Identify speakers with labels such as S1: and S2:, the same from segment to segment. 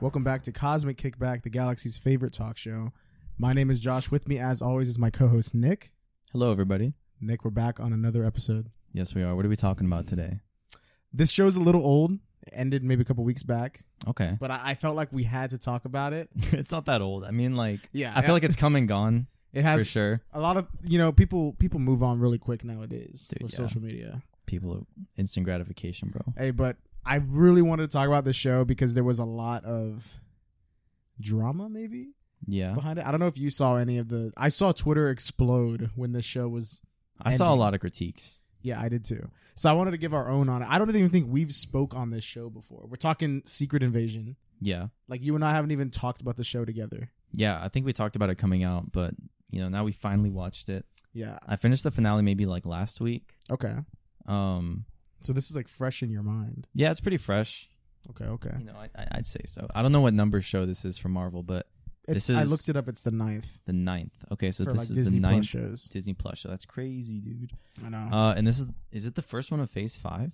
S1: Welcome back to Cosmic Kickback, the galaxy's favorite talk show. My name is Josh. With me, as always, is my co-host Nick.
S2: Hello, everybody.
S1: Nick, we're back on another episode.
S2: Yes, we are. What are we talking about today?
S1: This show's a little old. It ended maybe a couple weeks back,
S2: Okay.
S1: but I, I felt like we had to talk about it.
S2: it's not that old. I mean, like,
S1: Yeah,
S2: I feel like it's come and gone
S1: It
S2: for
S1: has
S2: sure.
S1: a lot of you know people people move on really quick nowadays
S2: Dude,
S1: with
S2: yeah.
S1: social media.
S2: People, instant gratification, bro.
S1: Hey, but I really wanted to talk about this show because there was a lot of drama, maybe
S2: Yeah.
S1: behind it. I don't know if you saw any of the. I saw Twitter explode when this show was.
S2: I saw a
S1: ending.
S2: lot of critiques.
S1: Yeah, I did too. So I wanted to give our own on it. I don't even think we've spoke on this show before. We're talking Secret Invasion.
S2: Yeah.
S1: Like you and I haven't even talked about the show together.
S2: Yeah. I think we talked about it coming out, but, you know, now we finally watched it.
S1: Yeah.
S2: I finished the finale maybe like last week.
S1: Okay.
S2: Um,
S1: So this is like fresh in your mind.
S2: yeah, it's pretty fresh.
S1: Okay. Okay.
S2: You know, I, I, I'd say so. I don't know what number show this is for Marvel, but
S1: It's,
S2: This is-
S1: I looked it up. It's the ninth
S2: the ninth. Okay, so
S1: for like
S2: this is
S1: Disney
S2: the
S1: Plus
S2: ninth
S1: shows.
S2: Disney Plus show. That's crazy, dude.
S1: I know.
S2: Uh, and this is is it the first one of Phase Five?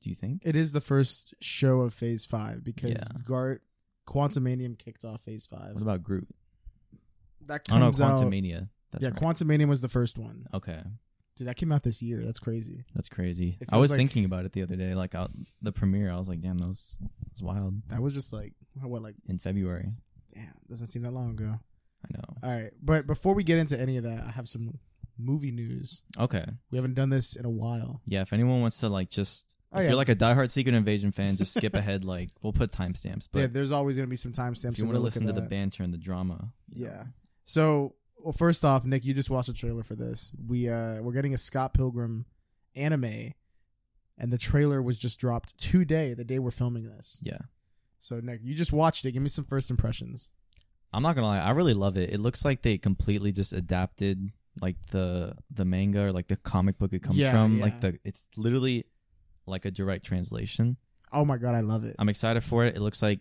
S2: Do you think?
S1: it is the first show of Phase Five because
S2: Yeah.
S1: Guard Quantum Manium kicked off Phase Five.
S2: What about Groot?
S1: That
S2: Oh no,
S1: comes out.
S2: Quantumania. That's
S1: yeah,
S2: right.
S1: Quantum Manium was the first one.
S2: okay,
S1: Dude, that came out this year. That's crazy.
S2: that's crazy.
S1: It
S2: I was
S1: feels like-
S2: thinking about it the other day, like out the premiere. I was like, damn, that was, that was wild
S1: That was just like what, like
S2: in February.
S1: damn, doesn't seem that long ago.
S2: I know.
S1: All right, but before we get into any of that, I have some movie news.
S2: Okay,
S1: We haven't done this in a while.
S2: yeah. If anyone wants to like just,
S1: Oh,
S2: if
S1: yeah.
S2: you're like a diehard Secret Invasion fan, just skip ahead. Like we'll put timestamps, but
S1: yeah, there's always gonna be some timestamps.
S2: if you
S1: so
S2: want to
S1: look
S2: listen to
S1: at
S2: the
S1: that.
S2: banter and the drama, you
S1: Yeah.
S2: know.
S1: So, well, first off, Nick, you just watched a trailer for this. We uh we're getting a Scott Pilgrim anime, and the trailer was just dropped today, the day we're filming this.
S2: yeah.
S1: So, Nick, you just watched it. Give me some first impressions.
S2: I'm not gonna lie, I really love it. It looks like they completely just adapted like the the manga or like the comic book it comes
S1: Yeah,
S2: from.
S1: yeah.
S2: Like the it's literally like a direct translation.
S1: Oh my god, I love it.
S2: I'm excited for it. It looks like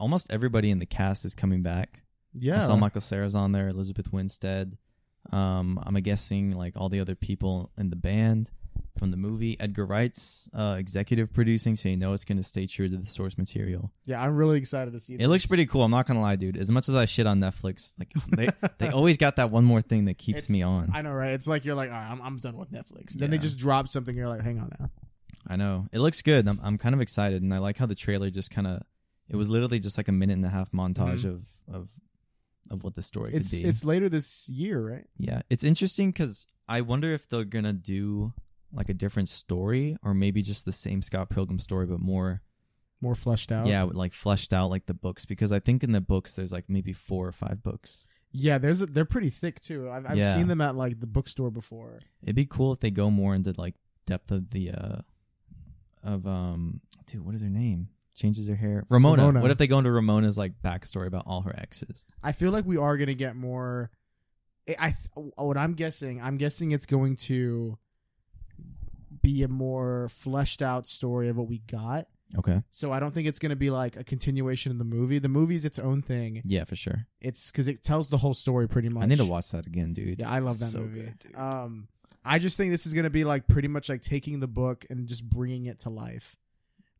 S2: almost everybody in the cast is coming back.
S1: yeah.
S2: I saw Michael Sarah's on there, Elizabeth Winstead. Um, I'm guessing like all the other people in the band from the movie. Edgar Wright's uh, executive producing, so you know it's gonna stay true to the source material.
S1: yeah, I'm really excited to see.
S2: It looks
S1: this.
S2: pretty cool. I'm not gonna lie, dude. As much as I shit on Netflix, like they they always got that one more thing that keeps
S1: It's-
S2: me on. I,
S1: I know, right? It's like you're like, all right, I'm, I'm done with Netflix. Then they
S2: Yeah.
S1: just drop something. You're like, hang on now.
S2: know it looks good. I'm I'm kind of excited, and I like how the trailer just kind of it was literally just like a minute and a half montage of of of what the story
S1: Mm-hmm. It's
S2: could be.
S1: it's later this year, right?
S2: yeah, it's interesting because I wonder if they're gonna do like a different story or maybe just the same Scott Pilgrim story but more
S1: More fleshed out.
S2: yeah like fleshed out like the books because I think in the books there's like maybe four or five books.
S1: yeah. There's a, they're pretty thick too. I've, I've
S2: Yeah.
S1: seen them at like the bookstore before.
S2: It'd be cool if they go more into like depth of the uh of um dude, what is her name? Changes her hair. Ramona.
S1: Ramona.
S2: What if they go into Ramona's like backstory about all her exes?
S1: I feel like we are gonna get more. I- I th- what I'm guessing. I'm guessing it's going to be a more fleshed out story of what we got.
S2: Okay.
S1: So I don't think it's gonna be like a continuation of the movie. The movie's its own thing.
S2: Yeah, for sure.
S1: It's because it tells the whole story pretty much.
S2: I need to watch that again, dude.
S1: Yeah, I love that
S2: So
S1: movie.
S2: good, dude.
S1: um, I just think this is gonna be like pretty much like taking the book and just bringing it to life,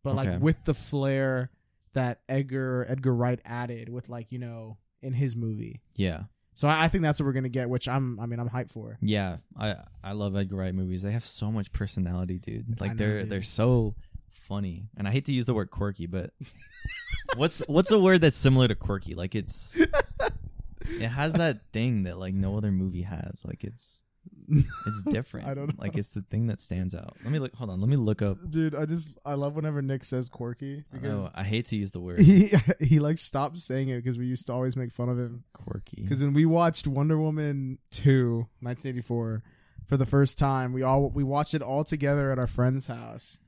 S1: but
S2: Okay.
S1: like with the flair that Edgar Edgar Wright added with like you know in his movie.
S2: Yeah.
S1: So I, I think that's what we're gonna get, which I'm I mean I'm hyped for.
S2: Yeah. I I love Edgar Wright movies. They have so much personality, dude.
S1: I
S2: Like
S1: know,
S2: they're
S1: dude.
S2: they're so funny. And I hate to use the word quirky, but what's what's a word that's similar to quirky? Like it's it has that thing that like no other movie has. Like it's It's different.
S1: I don't know.
S2: Like it's the thing that stands out. Let me look. Hold on. Let me look up.
S1: Dude, I just I love whenever Nick says quirky
S2: I know, I hate to use the word
S1: he he like stopped saying it because we used to always make fun of him.
S2: quirky.
S1: Because when we watched Wonder Woman 2, 1984, for the first time, we all we watched it all together at our friend's house,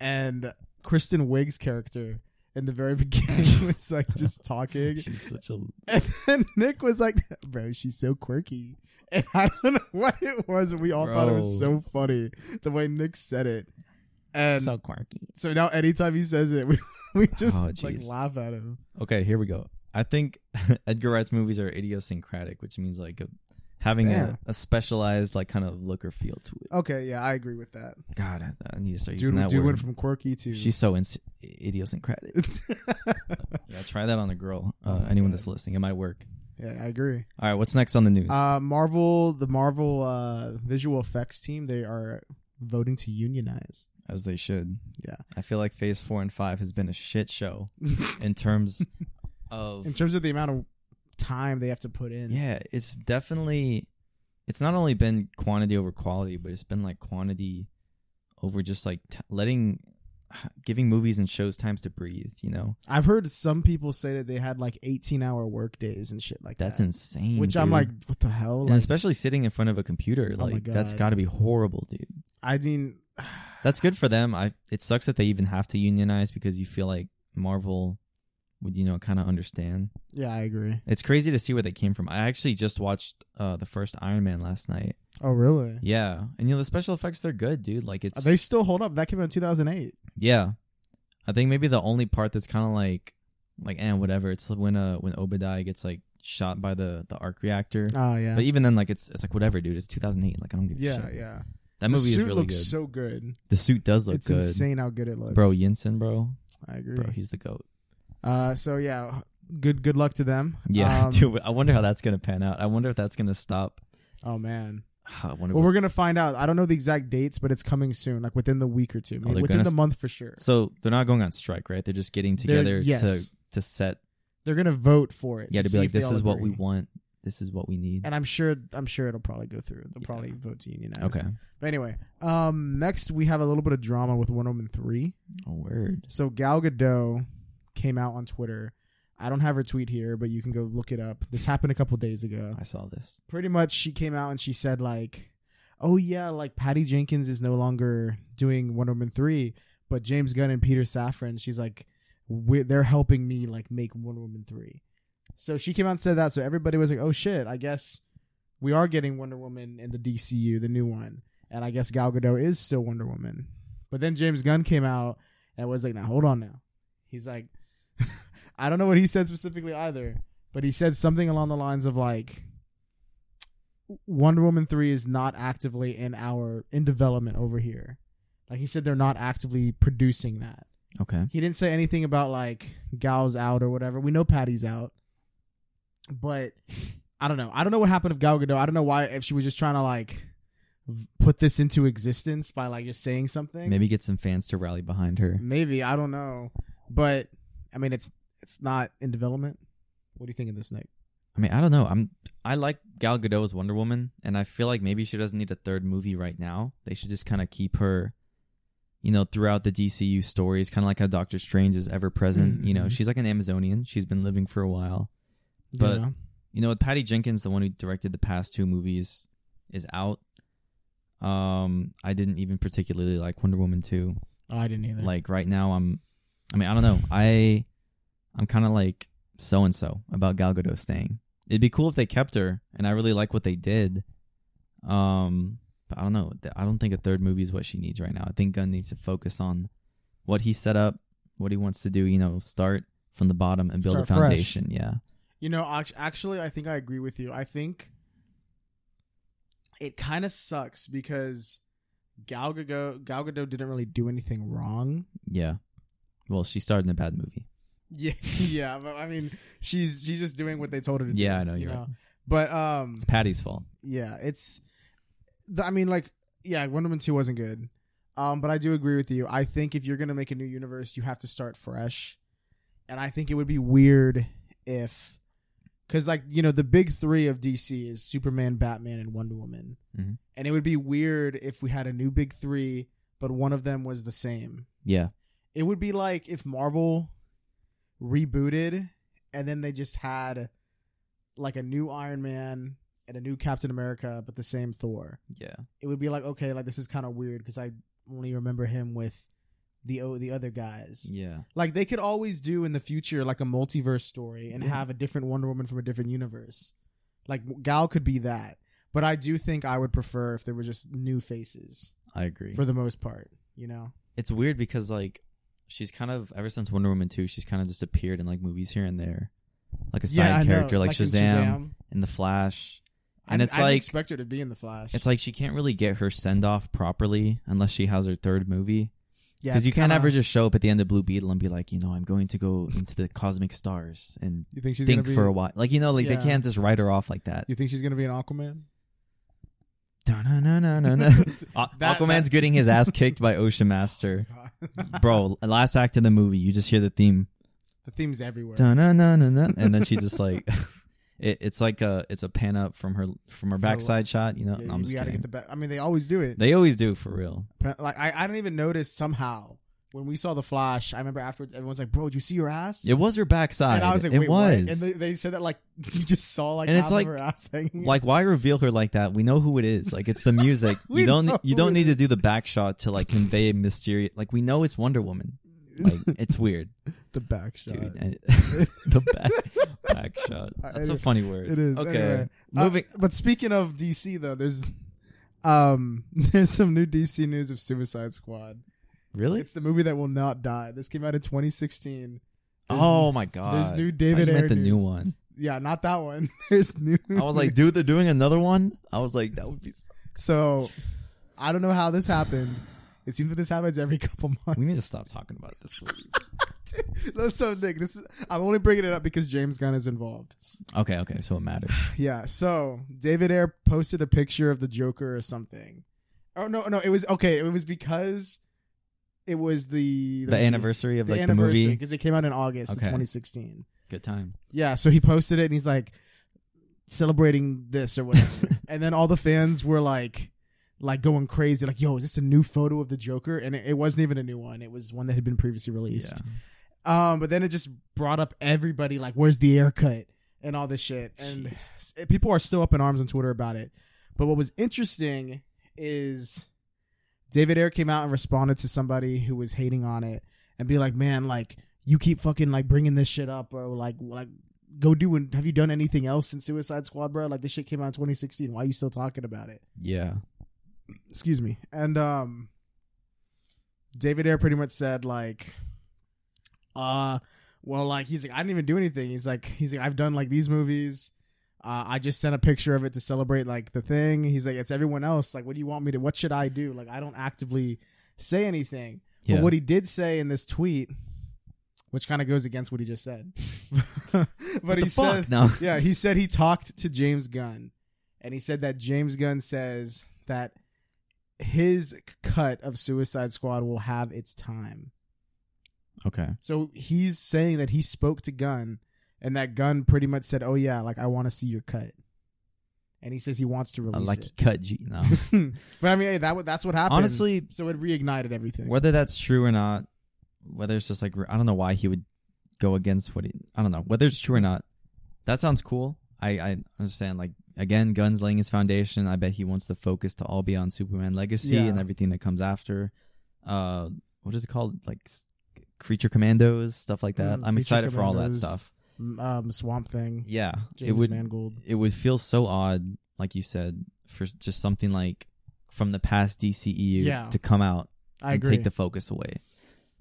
S1: and Kristen Wiig's character in the very beginning was like just talking,
S2: She's such a.
S1: and then Nick was like, "Bro, she's so quirky," and I don't know what it was, but we all thought it was so
S2: Bro.
S1: funny the way Nick said it, and so,
S2: so quirky.
S1: now anytime he says it, we we just
S2: Oh,
S1: like
S2: jeez.
S1: laugh at him.
S2: Okay, here we go. I think Edgar Wright's movies are idiosyncratic, which means like a, having
S1: Damn.
S2: a, a specialized like kind of look or feel to it.
S1: Okay, yeah, I agree with that.
S2: God, I, I need to start using
S1: Dude,
S2: that
S1: dude
S2: word.
S1: went from quirky to
S2: She's so ins- idiosyncratic. yeah, try that on a girl.
S1: Oh,
S2: Uh, anyone that's listening, it might work.
S1: yeah, I agree.
S2: All right, what's next on the news?
S1: Uh, Marvel, the Marvel uh, visual effects team, they are voting to unionize.
S2: As they should.
S1: yeah.
S2: I feel like Phase Four and Five has been a shit show in terms of
S1: In terms of the amount of time they have to put in,
S2: yeah. It's definitely. It's not only been quantity over quality, but it's been like quantity over just like t- letting, giving movies and shows times to breathe. You know,
S1: I've heard some people say that they had like 18 hour work days and shit like
S2: that's
S1: that.
S2: insane.
S1: Which I'm
S2: dude.
S1: like, what the hell?
S2: and
S1: Like,
S2: especially sitting in front of a computer,
S1: Oh my
S2: like that's
S1: God.
S2: got to be horrible, dude.
S1: I didn't.
S2: That's good for them. I it sucks that they even have to unionize because you feel like Marvel would you know kind of understand.
S1: Yeah, I agree.
S2: It's crazy to see where they came from. I actually just watched uh the first Iron Man last night.
S1: Oh, really?
S2: Yeah, and you know the special effects they're good, dude. Like it's
S1: They still hold up. That came out in 2008.
S2: yeah. I think maybe the only part that's kind of like like and whatever. It's when uh when Obadiah gets like shot by the the arc reactor.
S1: Oh, yeah.
S2: But even then, like it's it's like whatever, dude. It's 2008. Like I don't give a
S1: yeah,
S2: shit.
S1: yeah.
S2: That movie
S1: the suit
S2: is really
S1: looks
S2: good.
S1: so good.
S2: the suit does look
S1: It's
S2: good,
S1: insane how good it looks.
S2: bro. Yinsen, bro,
S1: I agree.
S2: bro, he's the goat.
S1: Uh, so yeah, good good luck to them.
S2: Yeah,
S1: Um,
S2: dude. I wonder how that's gonna pan out. I wonder if that's gonna stop.
S1: Oh man.
S2: I wonder.
S1: Well,
S2: what-
S1: we're gonna find out. I don't know the exact dates, but it's coming soon, like within the week or two,
S2: Oh, they're
S1: within
S2: gonna
S1: the
S2: s-
S1: month for sure.
S2: so they're not going on strike, right? They're just getting
S1: They're-
S2: together
S1: yes.
S2: to to set.
S1: They're gonna vote for it.
S2: Yeah, to
S1: see
S2: be like,
S1: if they
S2: this
S1: all
S2: is what we
S1: agree.
S2: want. This is what we need.
S1: And I'm sure, I'm sure it'll probably go through. They'll
S2: Yeah.
S1: probably vote to unionize.
S2: Okay.
S1: But anyway, um, next we have a little bit of drama with Wonder Woman three.
S2: Oh, word.
S1: So Gal Gadot came out on Twitter. I don't have her tweet here, but you can go look it up. This happened a couple days ago.
S2: I saw this.
S1: pretty much she came out and she said like oh yeah like patty jenkins is no longer doing wonder woman 3 but james gunn and peter safran she's like we they're helping me like make wonder woman 3 so she came out and said that so everybody was like oh shit i guess we are getting wonder woman in the dcu the new one and i guess gal gadot is still wonder woman but then james gunn came out and was like now hold on now he's like i don't know what he said specifically either but he said something along the lines of like Wonder Woman 3 is not actively in our in development over here. Like he said they're not actively producing that.
S2: Okay.
S1: He didn't say anything about like Gal's out or whatever. We know Patty's out. But I don't know. I don't know what happened with Gal Gadot. I don't know why if she was just trying to like v- put this into existence by like just saying something.
S2: Maybe get some fans to rally behind her.
S1: Maybe, I don't know. But I mean it's it's not in development. What do you think of this, Nick?
S2: I mean, I don't know. I'm. I like Gal Gadot as Wonder Woman, and I feel like maybe she doesn't need a third movie right now. They should just kind of keep her, you know, throughout the DCU stories, kind of like how Doctor Strange is ever present. You know,
S1: Mhm.
S2: she's like an Amazonian. She's been living for a while. But-
S1: know?
S2: you know, with Patty Jenkins, the one who directed the past two movies, is out. Um, I didn't even particularly like Wonder Woman two.
S1: Oh, I didn't either.
S2: Like right now, I'm, I mean, I don't know. I, I'm kind of like so and so about Gal Gadot staying. It'd be cool if they kept her, and I really like what they did. Um, but I don't know. I don't think a third movie is what she needs right now. I think Gunn needs to focus on what he set up, what he wants to do. You know, start from the bottom and build
S1: Start
S2: a
S1: fresh.
S2: foundation. Yeah.
S1: You know, act- actually, I think I agree with you. I think it kind of sucks because Gal Gadot, Gal Gadot didn't really do anything wrong.
S2: Yeah. Well, she starred in a bad movie.
S1: Yeah, yeah, but I mean, she's she's just doing what they told her to do.
S2: Yeah, I know, you're right.
S1: But um,
S2: It's Patty's fault.
S1: yeah, it's. th- I mean, like, yeah, Wonder Woman two wasn't good. Um, but I do agree with you. I think if you're gonna make a new universe, you have to start fresh. And I think it would be weird if, because like you know, the big three of DC is Superman, Batman, and Wonder Woman.
S2: Mhm.
S1: And it would be weird if we had a new big three, but one of them was the same
S2: Yeah.
S1: it would be like if Marvel rebooted and then they just had like a new Iron Man and a new Captain America, but the same Thor.
S2: Yeah.
S1: It would be like okay, like this is kind of weird because I only remember him with the o the other guys.
S2: Yeah.
S1: Like they could always do in the future like a multiverse story and
S2: Yeah.
S1: have a different Wonder Woman from a different universe. Like Gal could be that, but I do think I would prefer if there were just new faces
S2: I agree.
S1: for the most part. You know,
S2: it's weird because like she's kind of ever since Wonder Woman 2, she's kind of just appeared in like movies here and there. Like a side
S1: I know,
S2: character like,
S1: in
S2: Shazam, and The Flash And
S1: I,
S2: it's
S1: I didn't
S2: like-
S1: expect her to be in the Flash.
S2: It's like she can't really get her send off properly unless she has her third movie.
S1: yeah,
S2: Because
S1: it's
S2: you can't ever
S1: kinda-
S2: just show up at the end of Blue Beetle and be like, you know, I'm going to go into the cosmic stars and
S1: You think she's
S2: think
S1: gonna be,
S2: for a while. Like, you know, like
S1: Yeah.
S2: they can't just write her off like that.
S1: You think she's gonna be an Aquaman?
S2: Dun-dun-dun-dun-dun. Aqu-
S1: That-
S2: Aquaman's
S1: that-
S2: getting his ass kicked by Ocean Master. Bro, last act of the movie, you just hear the theme.
S1: the theme's everywhere.
S2: Dun-dun-dun-dun-dun. And then she just like, it, it's like a, it's a pan up from her, from her
S1: From her wa-
S2: backside shot. You know,
S1: Yeah,
S2: no, I'm
S1: we
S2: just
S1: gotta
S2: kidding.
S1: get the best. I mean, they always do it.
S2: they always do for real.
S1: like I, I don't even notice somehow when we saw the Flash. I remember afterwards, everyone's like, "Bro, did you see her ass?"
S2: It was her backside.
S1: And I was like,
S2: it
S1: wait, what?
S2: was.
S1: And they, they said that like you just saw like
S2: And
S1: half
S2: it's
S1: of
S2: like-
S1: her ass hanging.
S2: like why reveal her like that we know who it is like it's the music
S1: We
S2: you don't
S1: know
S2: you
S1: who
S2: don't
S1: it
S2: need to do the back shot to like convey mysterious like we know it's wonder woman like it's weird
S1: the back shot.
S2: dude And- the back back shot that's a
S1: Anyway,
S2: funny word
S1: It is
S2: okay
S1: Anyway, uh,
S2: moving
S1: but speaking of DC though, there's um there's some new DC news of Suicide Squad.
S2: really
S1: It's the movie that will not die. This came out in 2016. There's-
S2: oh my god
S1: there's new
S2: I thought
S1: David
S2: you meant
S1: Ayer
S2: the new
S1: news.
S2: one
S1: Yeah, not that one. There's new.
S2: i was like dude they're doing another one i was like that would be so-
S1: so I don't know how this happened. It seems that this happens every couple months.
S2: we need to stop talking about this movie.
S1: That's so Nick. This is I'm only bringing it up because James Gunn is involved.
S2: okay okay so it matters
S1: Yeah. So David Ayer posted a picture of the Joker or something. Oh no, no, it was okay. It was because it was the
S2: the anniversary of like the movie
S1: because it came out in August of
S2: Okay.
S1: 2016.
S2: good time
S1: Yeah. So he posted it and he's like celebrating this or whatever, and then all the fans were like. Like going crazy, like yo, is this a new photo of the Joker? And it, it wasn't even a new one; it was one that had been previously
S2: yeah
S1: released. Um, but then it just brought up everybody like, "Where's the air cut?" and all this shit, and s- people are still up in arms on Twitter about it. But what was interesting is David Ayer came out and responded to somebody who was hating on it and be like, "Man, like you keep fucking like bringing this shit up, bro. Like, like go do and have you done anything else in Suicide Squad, bro? Like this shit came out in 2016. Why are you still talking about it?"
S2: yeah
S1: excuse me and um david air pretty much said like uh well like he's like i didn't even do anything he's like he's like i've done like these movies uh, i just sent a picture of it to celebrate like the thing he's like it's everyone else like what do you want me to what should i do like i don't actively say anything
S2: yeah
S1: but what he did say in this tweet which kind of goes against what he just said but
S2: What
S1: he
S2: the
S1: said
S2: fuck no
S1: yeah, he said he talked to James Gunn, and he said that James Gunn says that his c- cut of Suicide Squad will have its time.
S2: okay
S1: So he's saying that he spoke to Gunn, and that Gunn pretty much said, "Oh yeah, like I want to see your cut," and he says he wants to
S2: I
S1: release
S2: like
S1: it.
S2: cut G. No.
S1: but I mean, hey, that w- that's what happened.
S2: Honestly,
S1: so it reignited everything.
S2: whether that's true or not, whether it's just like I don't know why he would go against what he I don't know whether it's true or not. That sounds cool. I I understand. Like again, guns laying his foundation. I bet he wants the focus to all be on Superman Legacy
S1: Yeah.
S2: and everything that comes after. Uh, what is it called? Like s- Creature Commandos, stuff like that.
S1: Mm,
S2: I'm
S1: Creature
S2: excited for all that
S1: Commandos.
S2: stuff.
S1: Um, Swamp Thing,
S2: Yeah,
S1: James
S2: it would
S1: Mangold.
S2: it would feel so odd, like you said, for s- just something like from the past DCEU
S1: Yeah.
S2: to come out
S1: I
S2: and
S1: agree.
S2: take the focus away.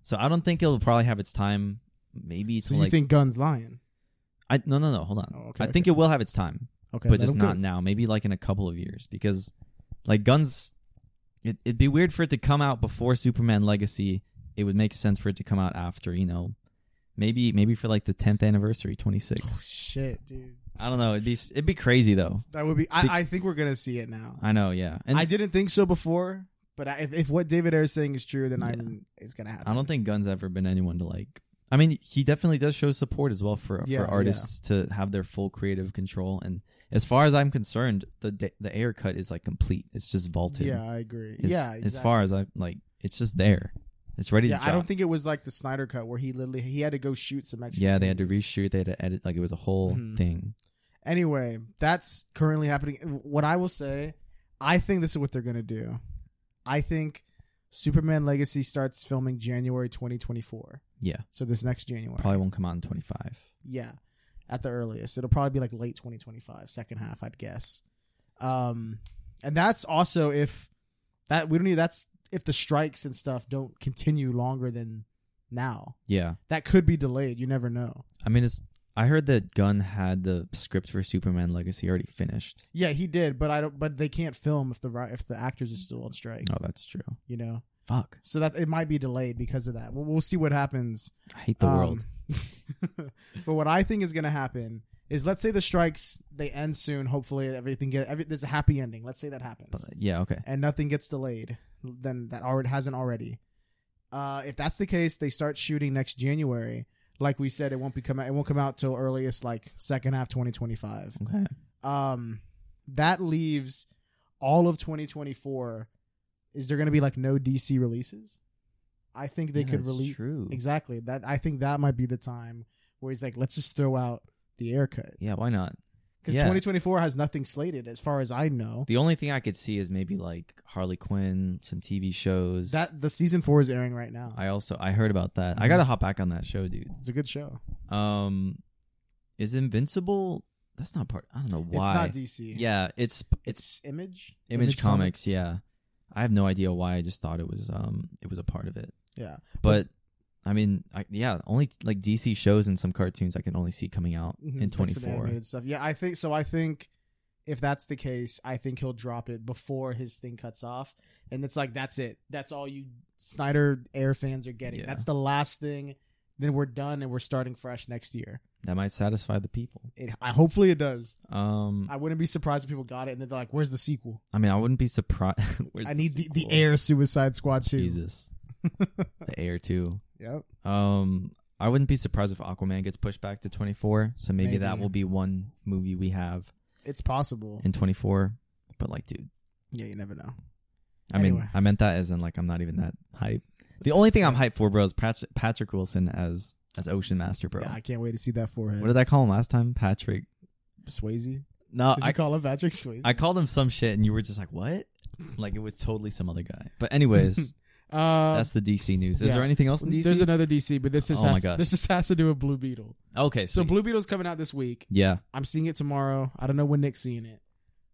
S2: So I don't think it'll probably have its time. Maybe to
S1: so you
S2: like
S1: think Gunn's lying?
S2: I no no no hold on.
S1: Oh, okay,
S2: I think it will have its time,
S1: Okay, let
S2: but just
S1: him go.
S2: not now. Maybe like in a couple of years because like guns, it, it'd be weird for it to come out before Superman Legacy. It would make sense for it to come out after you know, maybe maybe for like the tenth anniversary, twenty
S1: Oh,
S2: six.
S1: shit, dude.
S2: I don't know. It'd be s- it'd be crazy though.
S1: That would be.
S2: Be-
S1: I, I think we're gonna see it now.
S2: I know. Yeah, and
S1: I didn't think so before, but I, if, if what David Ayer is saying is true, then
S2: Yeah.
S1: I'm it's gonna happen.
S2: I don't think Gunn's ever been anyone to like. I mean, he definitely does show support as well for
S1: Yeah,
S2: for artists to have their full creative control. And as far as I'm concerned, the da- the air cut is like complete. It's just vaulted.
S1: Yeah, I agree.
S2: As,
S1: yeah,
S2: As
S1: exactly.
S2: far as I like, it's just there. It's ready
S1: Yeah,
S2: to drop.
S1: I don't think it was like the Snyder cut where he literally he had to go shoot some extra.
S2: yeah, they had to
S1: scenes.
S2: reshoot. They had to edit. Like it was a whole
S1: Mhm.
S2: thing.
S1: Anyway, that's currently happening. What I will say, I think this is what they're gonna do. I think Superman Legacy starts filming January 2024.
S2: Yeah,
S1: So this next January.
S2: probably won't come out in 25.
S1: Yeah, at the earliest. It'll probably be like late 2025, second half, I'd guess. Um, and that's also if that we don't need that's if the strikes and stuff don't continue longer than now.
S2: Yeah,
S1: That could be delayed. You never know.
S2: I mean it's. I heard that Gunn had the script for Superman Legacy already finished.
S1: Yeah, he did, but I don't. But they can't film if the ri- if the actors are still on strike.
S2: Oh, that's true.
S1: You know,
S2: Fuck.
S1: so that it might be delayed because of that. We'll, we'll see what happens.
S2: I hate the
S1: Um,
S2: world.
S1: but what I think is going to happen is let's say the strikes they end soon. Hopefully everything get every, there's a happy ending. Let's say that happens
S2: But yeah, okay.
S1: and nothing gets delayed. Then that already hasn't already. Uh, if that's the case, they start shooting next January. Like we said, it won't be come out, it won't come out till earliest like second half 2025.
S2: Okay.
S1: Um, that leaves all of 2024. Is there going to be like no DC releases? I think they
S2: Yeah,
S1: could
S2: that's
S1: release
S2: True.
S1: Exactly. That I think that might be the time where he's like, let's just throw out the air cut
S2: Yeah, why not?
S1: because
S2: Yeah.
S1: 2024 has nothing slated as far as I know.
S2: The only thing I could see is maybe like Harley Quinn, some TV shows.
S1: That the season four is airing right now.
S2: I also I heard about that. I
S1: Mhm.
S2: gotta hop back on that show, dude.
S1: It's a good show.
S2: Um, is Invincible? That's not part. I don't know why.
S1: It's not DC.
S2: yeah, it's it's
S1: it's Image.
S2: Image, Comics, Yeah, I have no idea why. I just thought it was um it was a part of it.
S1: Yeah.
S2: But I mean, I, yeah, only like DC shows and some cartoons I can only see coming out
S1: Mhm.
S2: in
S1: Like
S2: twenty
S1: some
S2: four.
S1: animated stuff. Yeah, I think so. I think if that's the case, I think he'll drop it before his thing cuts off, and it's like that's it. That's all you Snyder Air fans are getting.
S2: Yeah.
S1: That's the last thing. Then we're done, and we're starting fresh next year.
S2: That might satisfy the people.
S1: It, I, hopefully, it does.
S2: Um,
S1: I wouldn't be surprised if people got it and they're like, "Where's the sequel?
S2: I mean, I wouldn't be surprised.
S1: I need the, the,
S2: sequel?
S1: Air Suicide Squad 2."
S2: Jesus, the air too.
S1: Yep.
S2: Um, I wouldn't be surprised if Aquaman gets pushed back to 24. So maybe, that
S1: Maybe.
S2: will be one movie we have
S1: It's possible.
S2: in 24. But like, dude,
S1: Yeah, you never know.
S2: I
S1: Anyway.
S2: mean, I meant that as in like I'm not even that hype. The only thing I'm hyped for, bro, is Pat- Patrick Wilson as as Ocean Master, bro.
S1: Yeah, I can't wait to see that forehead.
S2: what did I call him last time? Patrick.
S1: Swayze?
S2: No,
S1: Did
S2: I
S1: you call him Patrick Swayze?
S2: I called him some shit, and you were just like, what? Like it was totally some other guy. But anyways,
S1: uh,
S2: that's the DC news. Is
S1: yeah.
S2: there anything else in DC?
S1: There's another DC, but this is
S2: Oh my
S1: has,
S2: gosh.
S1: this just has to do with Blue Beetle.
S2: okay,
S1: So
S2: so
S1: Blue Beetle's coming out this week.
S2: yeah,
S1: I'm seeing it tomorrow. I don't know when Nick's seeing it.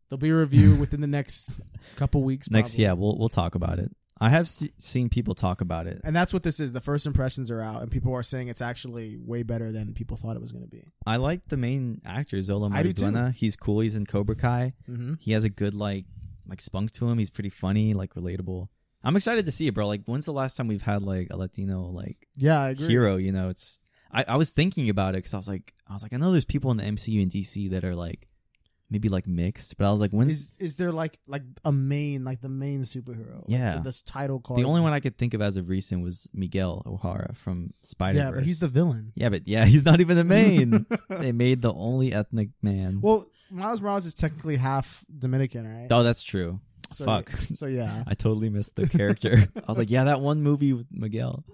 S1: There'll be a review within the next couple weeks.
S2: next
S1: probably.
S2: yeah, we'll we'll talk about it. I have se- seen people talk about it.
S1: And that's what this is. The first impressions are out, and people are saying it's actually way better than people thought it was going to be.
S2: I like the main actor Zola
S1: I do
S2: Mariduena. He's cool. He's in Cobra Kai.
S1: Mm-hmm.
S2: He has a good like like spunk to him. He's pretty funny, like relatable. I'm excited to see it, bro. Like, when's the last time we've had like a Latino like
S1: Yeah, I agree.
S2: hero? You know, it's I, I was thinking about it because I was like I was like I know there's people in the MCU and DC that are like maybe like mixed, but I was like when's
S1: Is is there like like a main like the main superhero? Like,
S2: Yeah.
S1: the- this title card.
S2: the only one I could think of as of recent was Miguel O'Hara from Spider Verse.
S1: yeah, but he's the villain.
S2: yeah, but yeah, he's not even the main. they made the only ethnic man.
S1: well, Miles Morales is technically half Dominican, right?
S2: oh, that's true.
S1: so,
S2: fuck.
S1: So yeah,
S2: I totally missed the character. I was like, yeah, that one movie with Miguel.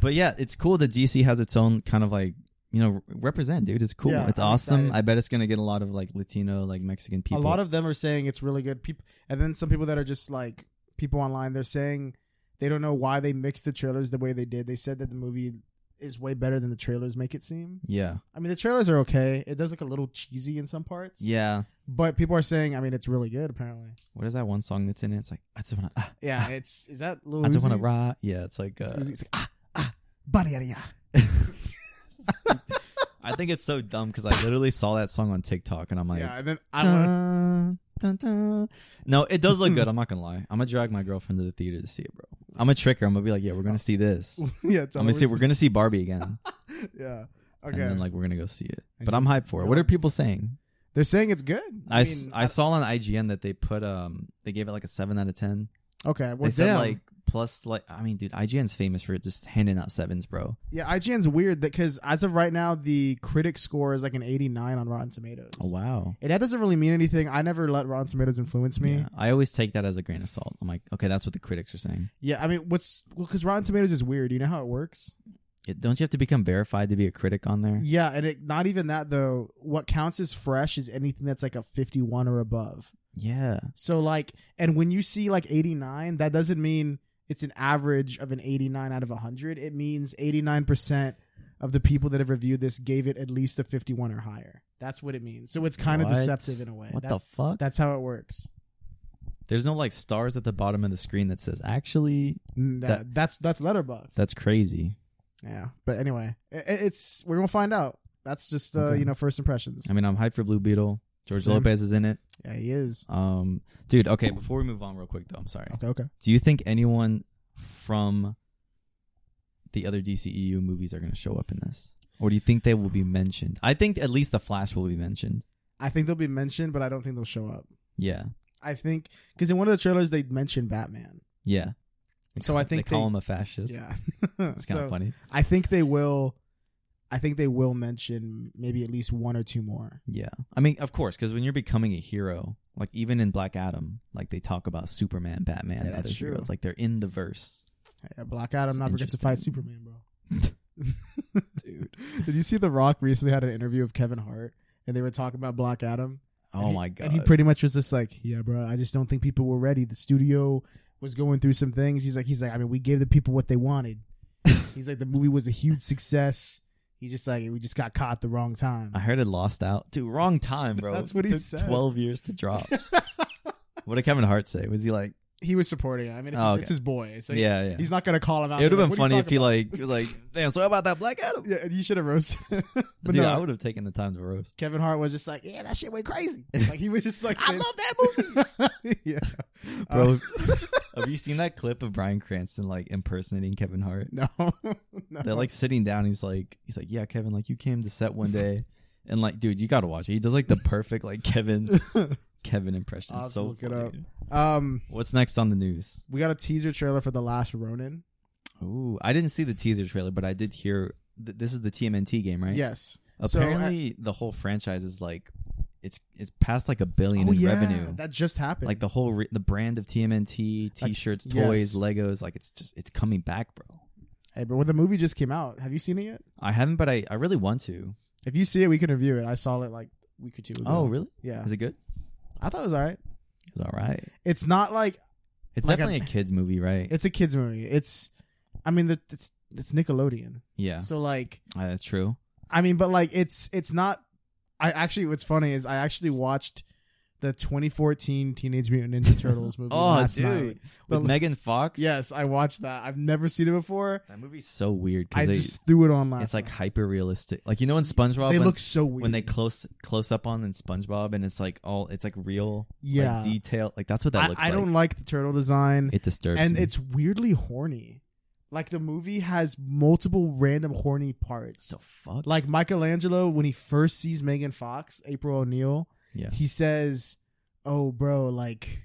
S2: But yeah, it's cool that DC has its own kind of like, you know, represent, dude. It's cool.
S1: Yeah,
S2: it's
S1: I'm
S2: awesome.
S1: excited.
S2: I bet it's going to get a lot of like Latino, like Mexican
S1: a
S2: people.
S1: lot of them are saying it's really good. People, and then some people that are just like people online, they're saying they don't know why they mixed the trailers the way they did. They said that the movie is way better than the trailers make it seem.
S2: Yeah.
S1: I mean, the trailers are okay. It does look a little cheesy in some parts.
S2: Yeah.
S1: but people are saying, I mean, it's really good. Apparently,
S2: What is that one song that's in it? It's like, I just want to, ah,
S1: yeah. It's is that Lil
S2: I just
S1: Uzi?
S2: want to rock. Yeah. It's like, uh,
S1: It's Uzi. It's like, ah ah, body yada yada.
S2: I think it's so dumb because I literally saw that song on TikTok and I'm like,
S1: yeah, and then I wanna,
S2: dun, dun, dun. No, it does look good. I'm not gonna lie. I'm gonna drag my girlfriend to the theater to see it, bro. I'm gonna trick her. I'm gonna be like, yeah, we're gonna see this.
S1: yeah.
S2: I'm gonna see. We're gonna see Barbie again,
S1: gonna yeah.
S2: and
S1: Okay,
S2: then like we're gonna go see it.
S1: And
S2: But
S1: you-
S2: I'm hyped for it. What are people saying?
S1: they're saying it's good.
S2: I, s-
S1: mean,
S2: I saw on IGN that they put um they gave it like a seven out of ten.
S1: okay.
S2: They
S1: Well,
S2: said
S1: damn.
S2: like plus like I mean, dude, IGN's famous for just handing out sevens, bro.
S1: yeah, IGN's weird that because as of right now, the critic score is like an 89 on Rotten Tomatoes.
S2: Oh wow.
S1: And that doesn't really mean anything. I never let Rotten Tomatoes influence me.
S2: Yeah,
S1: Yeah,
S2: I always take that as a grain of salt. I'm like, okay, that's what the critics are saying.
S1: I mean, what's well because Rotten Tomatoes is weird. You know how it works.
S2: It, don't you have to become verified to be a critic on there?
S1: Yeah, and it not even that though. What counts as fresh is anything that's like a 51 or above.
S2: Yeah.
S1: So like, and when you see like 89, that doesn't mean it's an average of an 89 out of 100. It means 89% of the people that have reviewed this gave it at least a 51 or higher. That's what it means. So it's kind of
S2: What?
S1: deceptive in a way.
S2: What
S1: that's,
S2: the fuck?
S1: That's how it works.
S2: There's no like stars at the bottom of the screen that says actually.
S1: Mm, That, that's that's letterbox.
S2: That's crazy.
S1: yeah. But anyway, i- i- it's we're gonna find out. That's just uh,
S2: Okay.
S1: you know first impressions.
S2: I mean, I'm hyped for Blue Beetle. George
S1: Same.
S2: Lopez is in it.
S1: Yeah, he is.
S2: Um, dude. Okay, before we move on, real quick though, I'm sorry.
S1: Okay, okay.
S2: Do you think anyone from the other DCEU movies are going to show up in this? Or do you think they will be mentioned? I think at least the Flash will be mentioned.
S1: I think they'll be mentioned, but I don't think they'll show up.
S2: Yeah.
S1: I think because in one of the trailers they mentioned Batman.
S2: Yeah. They
S1: So
S2: ca-
S1: I think
S2: they call
S1: they-
S2: him a fascist.
S1: Yeah,
S2: It's kind of
S1: So,
S2: funny.
S1: I think they will. I think they will mention maybe at least one or two more.
S2: Yeah. I mean, of course, because when you're becoming a hero, like even in Black Adam, like they talk about Superman, Batman,
S1: Yeah,
S2: and
S1: that's
S2: other
S1: true.
S2: heroes. Like they're in the verse.
S1: Yeah, Black Adam
S2: It's
S1: not forget to fight
S2: interesting.
S1: Superman, bro. Dude, did you see The Rock recently had an interview with Kevin Hart, and they were talking about Black Adam?
S2: Oh
S1: And he-
S2: my God.
S1: And he pretty much was just like, "Yeah, bro, I just don't think people were ready. The studio was going through some things." He's like, "He's like, I mean, we gave the people what they wanted." He's like, "The movie was a huge success." He's just like, "We just got caught at the wrong time."
S2: I heard it lost out. Dude, wrong time, bro.
S1: That's what
S2: It
S1: he
S2: took
S1: said.
S2: 12 years to drop. what did Kevin Hart say? Was he like,
S1: He was supporting. it. I mean, it's,
S2: Oh,
S1: his,
S2: okay.
S1: it's his boy, so
S2: yeah, yeah.
S1: he's not gonna call him out.
S2: It
S1: Like,
S2: would have been
S1: "What
S2: funny
S1: are you
S2: if he
S1: talking
S2: like was like, damn, so how about that Black Adam?
S1: about?" Yeah, and you should have roasted. him. but
S2: Dude,
S1: no,
S2: I would have taken the time to roast.
S1: Kevin Hart was just like, "Yeah, that shit went crazy." Like he was just like,
S2: I
S1: love that movie." yeah, Uh,
S2: Bro, have you seen that clip of Brian Cranston like impersonating Kevin Hart?
S1: No, no.
S2: They're like sitting down. He's like, he's like, yeah, Kevin, like you came to set one day, and like, dude, you gotta watch it. He does like the perfect like Kevin Kevin impression.
S1: I'll
S2: It's
S1: have to
S2: so
S1: look it
S2: funny.
S1: up. um,
S2: What's next on the news?
S1: we got a teaser trailer for the Last Ronin.
S2: Ooh, I didn't see the teaser trailer, but I did hear th- this is the TMNT game, right?
S1: Yes. So, I-
S2: Apparently, the whole franchise is like, it's it's past like a billion
S1: Oh,
S2: in
S1: yeah,
S2: revenue.
S1: That just happened.
S2: like the whole re- the brand of TMNT
S1: Like,
S2: t-shirts,
S1: yes.
S2: toys, Legos, like it's just it's coming back, bro.
S1: hey, but when the movie just came out, have you seen it yet?
S2: I haven't, but I I really want to.
S1: If you see it, we can review it. I saw it like a week or two ago.
S2: Oh, really?
S1: Yeah.
S2: Is it good?
S1: I thought it was all right.
S2: It's all right.
S1: It's not like
S2: It's
S1: Like
S2: definitely a, kids movie, right?
S1: it's a kids movie. It's, I mean, the- it's it's Nickelodeon.
S2: yeah,
S1: So like,
S2: Uh, that's true.
S1: I mean, but like, it's it's not. I actually, what's funny is I actually watched the 2014 Teenage Mutant Ninja Turtles movie
S2: Oh,
S1: last
S2: dude,
S1: night. The-
S2: with Megan Fox.
S1: Yes, I watched that. I've never seen it before.
S2: that movie's so weird
S1: I
S2: because they
S1: just threw it on last.
S2: it's like
S1: night.
S2: hyper realistic. Like you know in SpongeBob
S1: they
S2: when,
S1: look so weird
S2: when they close close up on in SpongeBob and it's like all it's like real,
S1: Yeah.
S2: like, detail. Like that's what that
S1: I,
S2: looks
S1: I
S2: like.
S1: don't like the turtle design,
S2: it disturbs
S1: and
S2: me.
S1: it's weirdly horny. Like the movie has multiple random horny parts.
S2: the fuck
S1: Like Michelangelo, when he first sees Megan Fox, April O'Neil,
S2: yeah.
S1: he says, "Oh, bro, like."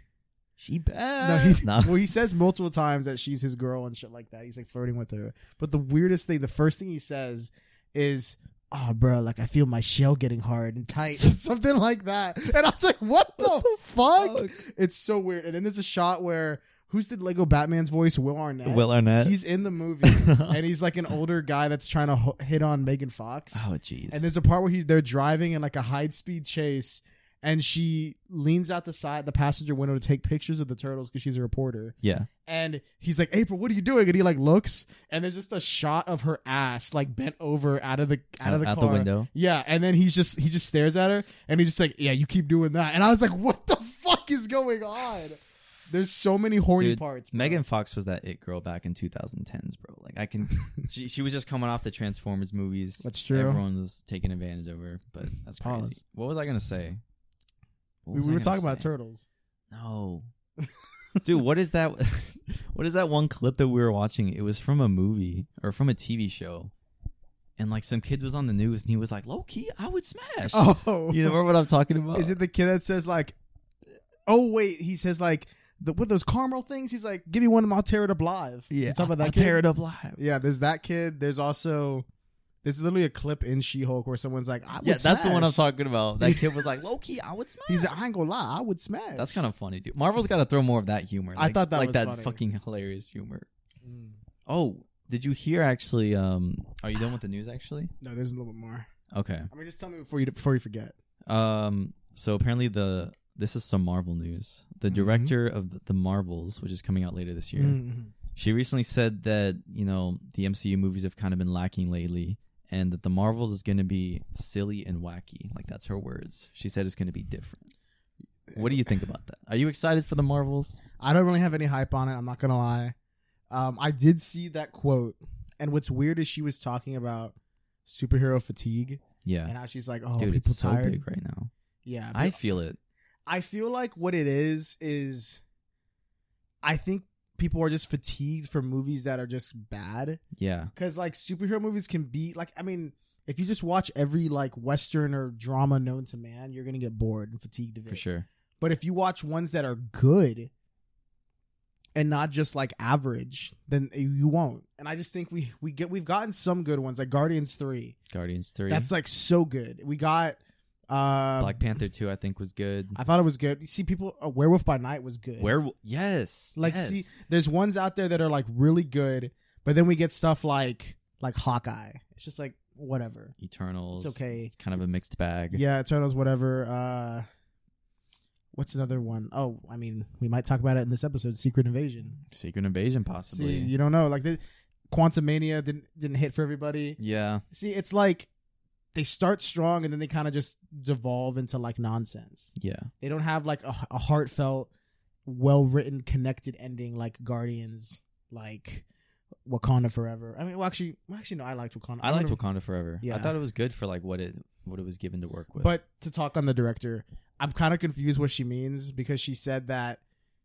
S2: She bad.
S1: No, he, well, he says multiple times that she's his girl and shit like that. He's like flirting with her. But the weirdest thing, the first thing he says is, "Oh, bro, like I feel my shell getting hard and tight," or something like that. And I was like, "What the, fuck? It's so weird. And then there's a shot where who's the Lego Batman's voice? Will Arnett.
S2: Will Arnett.
S1: He's in the movie, and he's like an older guy that's trying to ho- hit on Megan Fox.
S2: Oh jeez.
S1: And there's a part where he's they're driving in like a high speed chase, and she leans out the side the passenger window to take pictures of the turtles because she's a reporter.
S2: yeah.
S1: And he's like, "April, what are you doing?" And he like looks, and there's just a shot of her ass like bent over out of the out of the
S2: out
S1: car.
S2: the window.
S1: Yeah, and then he's just he just stares at her, and he's just like, "Yeah, you keep doing that." And I was like, "What the fuck is going on?" There's so many horny
S2: Dude,
S1: parts. bro.
S2: Megan Fox was that it girl back in 2010s, bro. Like I can, she she was just coming off the Transformers movies.
S1: That's true.
S2: Everyone was taking advantage of her, but that's crazy.
S1: Pause.
S2: What was I gonna say? What
S1: we,
S2: was
S1: we
S2: I
S1: were
S2: gonna
S1: talking about
S2: say?
S1: turtles.
S2: No, dude, what is that? what is that one clip that we were watching? It was from a movie or from a TV show, and like some kid was on the news and he was like, "Low key, I would smash."
S1: Oh,
S2: You remember what I'm talking about?
S1: Is it the kid that says like, "Oh wait," he says like, the, "What are those caramel things?" He's like, "Give me one of my Terra Dub Live."
S2: Yeah,
S1: you talking about that
S2: I'll
S1: kid?
S2: tear it up live.
S1: yeah, there's that kid. There's also there's literally a clip in She Hulk where someone's like, "I would
S2: Yeah, that's the one I'm
S1: smash."
S2: talking about. That kid was like, "Low key, I would smash."
S1: He's like, "I ain't gonna lie, I would smash."
S2: That's kind of funny, dude. Marvel's got to throw more of that humor.
S1: I thought that
S2: like
S1: was
S2: that
S1: funny.
S2: fucking hilarious humor.
S1: Mm.
S2: Oh, did you hear? Actually, um, are you done with the news? Actually,
S1: No, there's a little bit more.
S2: okay.
S1: I mean, just tell me before you before you forget.
S2: Um, so apparently the this is some Marvel news. The
S1: Mhm.
S2: director of the Marvels, which is coming out later this year,
S1: Mhm.
S2: she recently said that you know the MCU movies have kind of been lacking lately. And that the Marvels is going to be silly and wacky, like that's her words. She said it's going to be different. What do you think about that? Are you excited for the Marvels?
S1: I don't really have any hype on it. I'm not gonna lie. Um, I did see that quote, and what's weird is she was talking about superhero fatigue,
S2: Yeah.
S1: and how she's like, "Oh,
S2: Dude,
S1: people
S2: it's so
S1: tired."
S2: big right now.
S1: Yeah,
S2: I feel it.
S1: I feel like what it is is I think people are just fatigued for movies that are just bad
S2: Yeah.
S1: cuz like superhero movies can be like I mean if you just watch every like western or drama known to man you're going to get bored and fatigued of it.
S2: For sure.
S1: But if you watch ones that are good and not just like average then you won't. And I just think we we get we've gotten some good ones like Guardians 3.
S2: Guardians 3.
S1: That's like so good. We got uh
S2: Black Panther 2 I think was good.
S1: I thought it was good. You see people uh, Werewolf by Night was good.
S2: Werewolf. Yes.
S1: Like,
S2: yes.
S1: see, there's ones out there that are like really good, but then we get stuff like like Hawkeye. It's just like whatever.
S2: Eternals.
S1: It's okay.
S2: It's kind of a mixed bag.
S1: Yeah, Eternals, whatever. Uh What's another one? Oh, I mean, we might talk about it in this episode. Secret Invasion.
S2: Secret Invasion
S1: See,
S2: possibly.
S1: you don't know. Like, the, Quantum Mania didn't didn't hit for everybody.
S2: yeah.
S1: See, it's like they start strong and then they kind of just devolve into like nonsense.
S2: Yeah.
S1: They don't have like a, a heartfelt, well written, connected ending like Guardians, like Wakanda Forever. I mean, well, actually, well, actually, no, I liked Wakanda.
S2: I liked
S1: Wakanda,
S2: Wakanda Forever.
S1: Yeah.
S2: I thought it was good for like what it what it was given to work with.
S1: but to talk on the director, I'm kind of confused what she means because she said that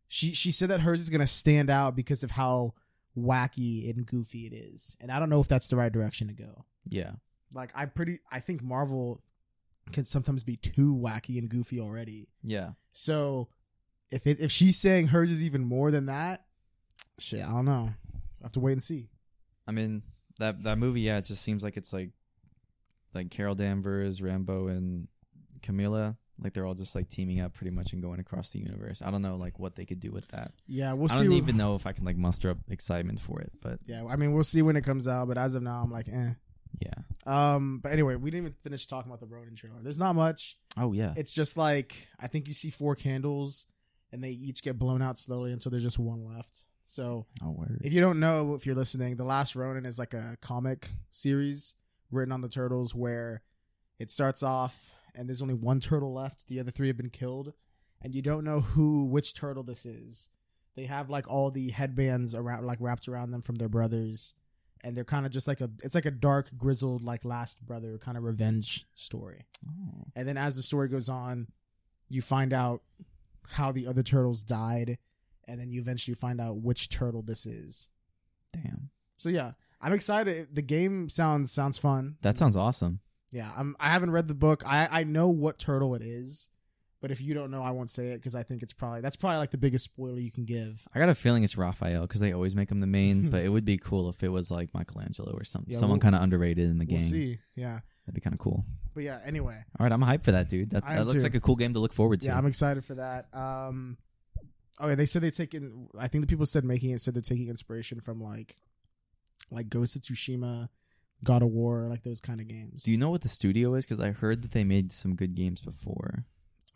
S1: she she said that hers is gonna stand out because of how wacky and goofy it is, and I don't know if that's the right direction to go.
S2: yeah.
S1: Like, I pretty, I think Marvel can sometimes be too wacky and goofy already.
S2: Yeah.
S1: So if it, if she's saying hers is even more than that, shit, I don't know. I have to wait and see.
S2: I mean that that movie, yeah, it just seems like it's like like Carol Danvers, Rambo, and Camila. Like they're all just like teaming up pretty much and going across the universe. I don't know like what they could do with that.
S1: Yeah, we'll
S2: I
S1: see.
S2: don't
S1: wh-
S2: even know if I can like muster up excitement for it, but
S1: yeah, I mean, we'll see when it comes out. But as of now, I'm like, eh.
S2: yeah.
S1: Um, but anyway, we didn't even finish talking about the Ronin trailer. There's not much.
S2: Oh yeah.
S1: It's just like I think you see four candles, and they each get blown out slowly until there's just one left. So
S2: Oh word.
S1: if you don't know, if you're listening, the Last Ronin is like a comic series written on the turtles where it starts off and there's only one turtle left. The other three have been killed, and you don't know who which turtle this is. They have like all the headbands around, like wrapped around them from their brothers, and they're kind of just like a it's like a dark, grizzled, like last brother kind of revenge story.
S2: Oh.
S1: And then as the story goes on, you find out how the other turtles died, and then you eventually find out which turtle this is.
S2: Damn.
S1: So yeah, I'm excited. The game sounds sounds fun.
S2: That sounds awesome.
S1: Yeah, I'm. I haven't read the book. I I know what turtle it is, but if you don't know, I won't say it because I think it's probably that's probably like the biggest spoiler you can give.
S2: I got a feeling it's Raphael because they always make him the main, but it would be cool if it was like Michelangelo or something.
S1: Yeah,
S2: Someone
S1: we'll-
S2: kind of underrated in the game.
S1: We'll see. Yeah,
S2: That'd be kind of cool.
S1: but yeah. Anyway,
S2: All right, I'm hyped for that, dude. That,
S1: I
S2: that
S1: am
S2: looks
S1: too.
S2: like a cool game to look forward to.
S1: yeah, I'm excited for that. Um, okay, they said they taken. I think the people said making it said they're taking inspiration from like, like Ghost of Tsushima, God of War, like those kind of games.
S2: Do you know what the studio is? Because I heard that they made some good games before.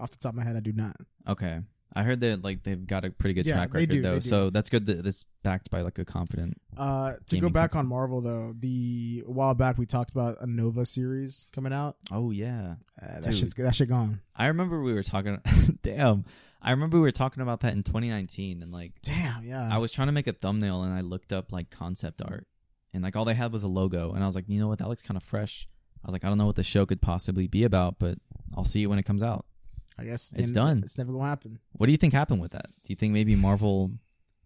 S1: off the top of my head? I do not.
S2: Okay, I heard that like they've got a pretty good
S1: Yeah,
S2: track
S1: they
S2: record
S1: do, they
S2: though,
S1: do.
S2: so that's good that it's backed by like a confident.
S1: Uh, to go
S2: Gaming
S1: back on
S2: company.
S1: Marvel though, the a while back we talked about a Nova series coming out.
S2: Oh yeah,
S1: Uh, that
S2: Dude.
S1: shit's that shit gone.
S2: I remember we were talking. damn, I remember we were talking about that in 2019, and like
S1: Damn, yeah.
S2: I was trying to make a thumbnail, and I looked up like concept art, and like all they had was a logo, and I was like, you know what, that looks kind of fresh. I was like, I don't know what the show could possibly be about, but I'll see it when it comes out.
S1: I guess
S2: It's
S1: and
S2: done.
S1: It's never gonna happen.
S2: What do you think happened with that? Do you think maybe Marvel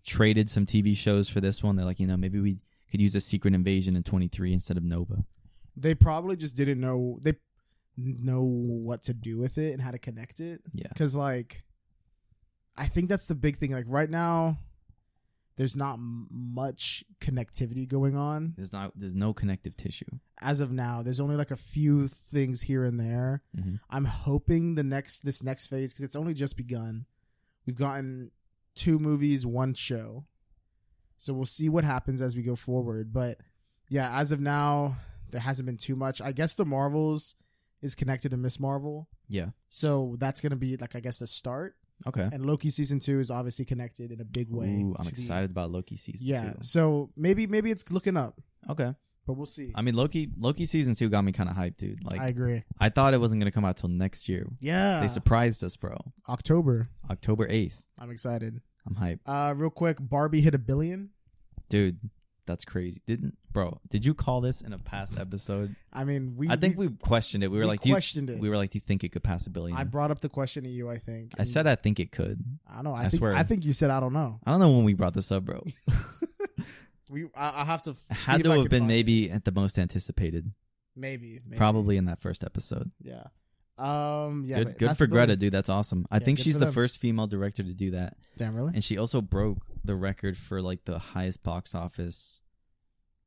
S2: traded some TV shows for this one? They're like, you know, maybe we could use a Secret Invasion in 23 instead of Nova.
S1: They probably just didn't know they know what to do with it and how to connect it.
S2: Yeah.
S1: Because like, I think that's the big thing. Like right now, there's not m- much connectivity going on
S2: There's not there's no connective tissue.
S1: as of now. There's only like a few things here and there.
S2: Mhm.
S1: I'm hoping the next this next phase because it's only just begun. We've gotten two movies, one show, so we'll see what happens as we go forward. But yeah, as of now, there hasn't been too much. I guess the Marvels is connected to Miss Marvel,
S2: Yeah.
S1: so that's gonna be like I guess the start.
S2: Okay.
S1: And Loki season two is obviously connected in a big way.
S2: Ooh,
S1: to
S2: I'm
S1: the-
S2: excited about Loki season
S1: yeah,
S2: 2.
S1: so maybe maybe it's looking up,
S2: Okay.
S1: but we'll see.
S2: I mean Loki Loki season 2 got me kind of hyped, dude. Like
S1: I Uh.
S2: I,
S1: agree.
S2: thought it wasn't going to come out till next year.
S1: Yeah,
S2: They surprised us, bro.
S1: October.
S2: October 8th.
S1: I'm excited.
S2: I'm hyped.
S1: Uh, real quick, Barbie hit a billion.
S2: Dude, That's crazy. Didn't bro? Did you call this in a past episode?
S1: I mean, we.
S2: I think we questioned it. We were
S1: we
S2: like, do you-
S1: questioned it.
S2: We were like, do you think it could pass a billion?
S1: I
S2: I,
S1: brought up the question to you. I think. and
S2: said I think it could.
S1: I don't know. I,
S2: I
S1: think,
S2: swear.
S1: I think you said I don't know.
S2: I don't know when we brought this up, bro.
S1: We. I, I'll have to. f-
S2: It
S1: see
S2: had
S1: if
S2: to
S1: I
S2: have
S1: can
S2: been
S1: find it.
S2: maybe at the most anticipated,
S1: Maybe, maybe.
S2: probably in that first episode.
S1: Yeah. Um. Yeah.
S2: good
S1: but
S2: good
S1: that's
S2: for
S1: the-
S2: Greta, dude. That's awesome. I
S1: Yeah,
S2: think
S1: good
S2: she's
S1: for
S2: the
S1: them.
S2: first female director to do that,
S1: Damn. Really.
S2: and she also broke the record for like the highest box office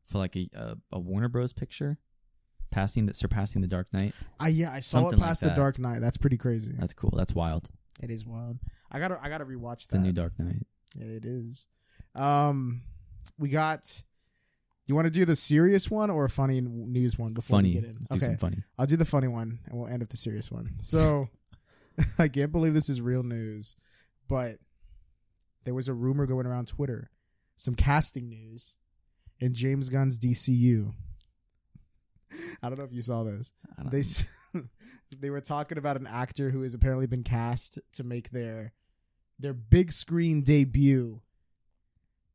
S2: for like a a, a Warner Bros. picture, passing that surpassing The Dark Knight.
S1: I yeah. I saw it
S2: Something like
S1: past
S2: that.
S1: the Dark Knight. That's pretty crazy.
S2: That's cool. That's wild.
S1: it is wild. I gotta. I gotta rewatch
S2: The
S1: that.
S2: new Dark Knight.
S1: It is. Um, we got. You want to do the serious one or a funny news one before we
S2: Funny.
S1: get in?
S2: Let's do some funny.
S1: I'll do the funny one and we'll end with the serious one. So I can't believe this is real news, but there was a rumor going around Twitter, some casting news in James Gunn's DCU. I don't know if you saw this.
S2: I don't
S1: They s- they were talking about an actor who has apparently been cast to make their their big screen debut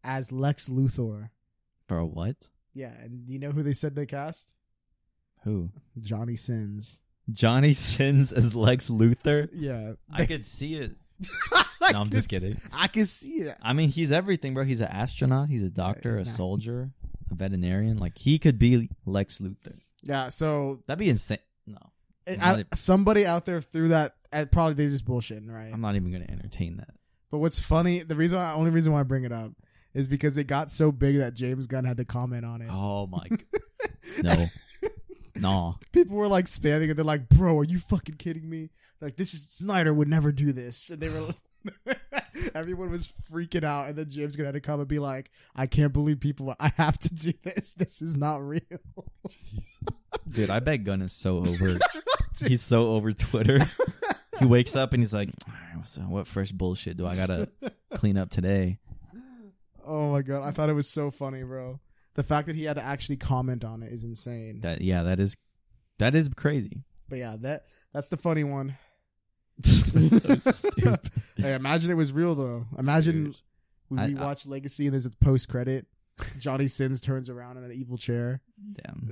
S1: as Lex Luthor.
S2: bro, what?
S1: Yeah, and you know who they said they cast?
S2: Who?
S1: Johnny Sins.
S2: Johnny sins as Lex Luthor.
S1: Yeah.
S2: I could see it.
S1: I
S2: No, I'm
S1: can
S2: just
S1: s-
S2: kidding.
S1: I can see it.
S2: I mean, he's everything, bro. He's an astronaut. He's a doctor,
S1: Nah.
S2: a soldier, a veterinarian. Like he could be Lex Luthor.
S1: Yeah. So
S2: That'd be insane. No,
S1: it,
S2: Not
S1: I-
S2: a-
S1: somebody out there threw that. At probably they just bullshitting, right?
S2: I'm not even gonna entertain that.
S1: But what's funny, the reason, why, only reason why I bring it up is because it got so big that James Gunn had to comment on it.
S2: Oh my, g- no, no.
S1: People were like spamming it. They're like, "Bro, are you fucking kidding me? Like, this is Snyder would never do this." And they were. Everyone was freaking out, and then James Gunn had to come and be like, "I can't believe people. I have to do this. This is not real."
S2: Dude, I bet Gunn is so over. he's so over Twitter. he wakes up and he's like, "All right, what's- "What fresh bullshit do I gotta clean up today?"
S1: Oh my god, I thought it was so funny, bro. The fact that he had to actually comment on it is insane.
S2: That yeah, that is that is crazy.
S1: but yeah, that that's the funny one.
S2: That's so stupid.
S1: Hey, imagine it was real though. Imagine
S2: Dude.
S1: we
S2: I- I-
S1: rewatch Legacy and there's a post credit. Johnny Sins turns around in an evil chair.
S2: Damn.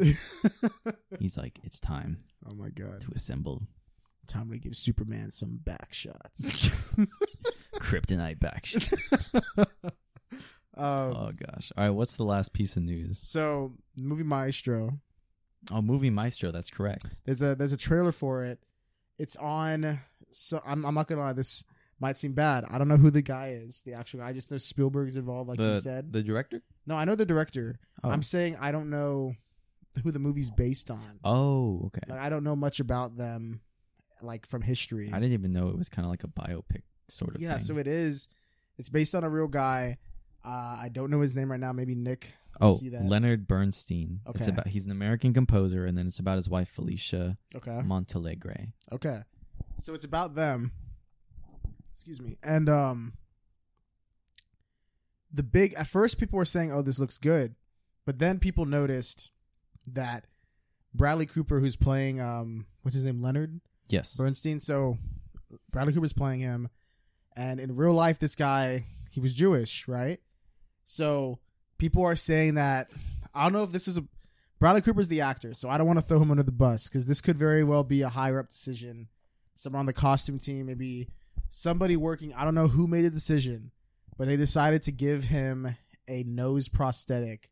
S2: He's like, "It's time
S1: Oh my god.
S2: to assemble
S1: Time to give Superman some back shots.
S2: kryptonite back." shit."
S1: Um,
S2: Oh gosh. All right, what's the last piece of news?
S1: so movie Maestro.
S2: Oh, movie Maestro. That's correct.
S1: There's a there's a trailer for it. It's on so I'm I'm not gonna lie, this might seem bad. I don't know who the guy is, the actual guy. I just know Spielberg's involved, like
S2: the
S1: you said.
S2: the director.
S1: No, I know the director.
S2: Oh.
S1: I'm saying I don't know who the movie's based on.
S2: Oh, okay.
S1: Like I don't know much about them, like from history.
S2: I didn't even know it was kind of like a biopic sort of.
S1: yeah,
S2: thing.
S1: so it is. It's based on a real guy. Uh, I don't know his name right now. Maybe Nick.
S2: oh,
S1: see that.
S2: Leonard Bernstein. It's
S1: Okay.
S2: about he's an American composer, and then it's about his wife Felicia
S1: Okay.
S2: Mm. Montalegre.
S1: Okay. So it's about them. Excuse me. And um the big at first people were saying, "Oh, this looks good." But then people noticed that Bradley Cooper who's playing um what's his name? Leonard
S2: Yes.
S1: Bernstein. So Bradley Cooper's playing him and in real life this guy, he was Jewish, right? So people are saying that I don't know if this is a Bradley Cooper's the actor, so I don't want to throw him under the bus because this could very well be a higher up decision. Someone on the costume team, maybe somebody working. I don't know who made the decision, but they decided to give him a nose prosthetic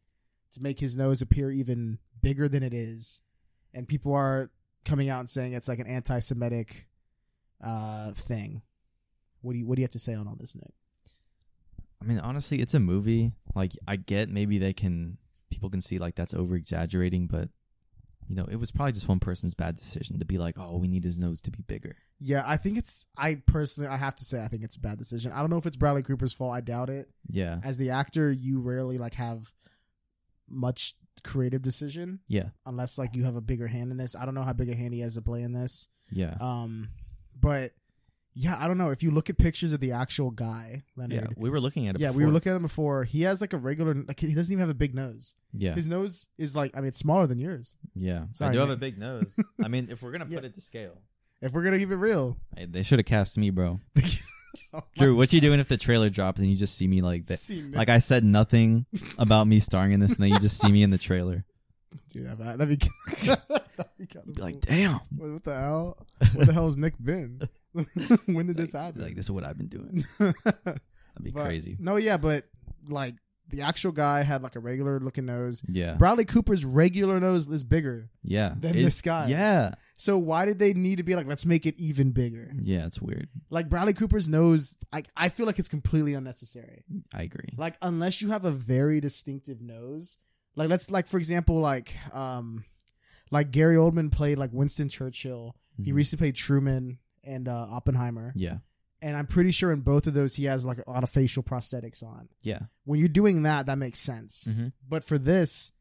S1: to make his nose appear even bigger than it is. And people are coming out and saying it's like an anti Semitic uh, thing. What do you what do you have to say on all this, Nick?
S2: I mean, honestly, it's a movie. Like, I get maybe they can people can see like that's over exaggerating, but you know, it was probably just one person's bad decision to be like, "Oh, we need his nose to be bigger."
S1: Yeah, I think it's I personally I have to say I think it's a bad decision. I don't know if it's Bradley Cooper's fault, I doubt it.
S2: Yeah.
S1: as the actor you rarely like have much creative decision
S2: Yeah.
S1: unless like you have a bigger hand in this i don't know how big a hand he has to play in this
S2: Yeah.
S1: um but yeah i don't know if you look at pictures of the actual guy
S2: yeah.
S1: leonard
S2: We were looking at it.
S1: yeah, we were
S2: before.
S1: looking at him before he has like a regular like he doesn't even have a big nose
S2: Yeah.
S1: his nose is like i mean it's smaller than yours
S2: Yeah,
S1: Sorry,
S2: I do have
S1: Nick.
S2: a big nose. I mean, if we're gonna
S1: Yeah.
S2: put it to scale,
S1: if we're gonna keep it real
S2: I, they should have cast me, bro. Drew, what you doing if the trailer drops and you just see me like that?
S1: See,
S2: Like I said nothing about me starring in this, and then you just see me in the trailer.
S1: dude, that that'd be, that'd be kind
S2: You'd
S1: of
S2: be like, damn.
S1: What, what the hell? Where the hell's Nick been? when did this happen?
S2: Like this is what I've been doing. That'd be
S1: But-
S2: crazy.
S1: No, yeah, but like the actual guy had like a regular looking nose.
S2: Yeah.
S1: Bradley Cooper's regular nose is bigger.
S2: Yeah.
S1: Then
S2: It-
S1: this guy.
S2: Yeah.
S1: So why did they need to be like, let's make it even bigger?
S2: Yeah, it's weird.
S1: Like Bradley Cooper's nose, I I feel like it's completely unnecessary.
S2: I agree.
S1: Like unless you have a very distinctive nose, like let's like for example like um like Gary Oldman played like Winston Churchill. He
S2: Mhm.
S1: recently played Truman and uh, Oppenheimer,
S2: yeah.
S1: and I'm pretty sure in both of those he has like a lot of facial prosthetics on.
S2: Yeah.
S1: When you're doing that, that makes sense.
S2: Mhm.
S1: But for this,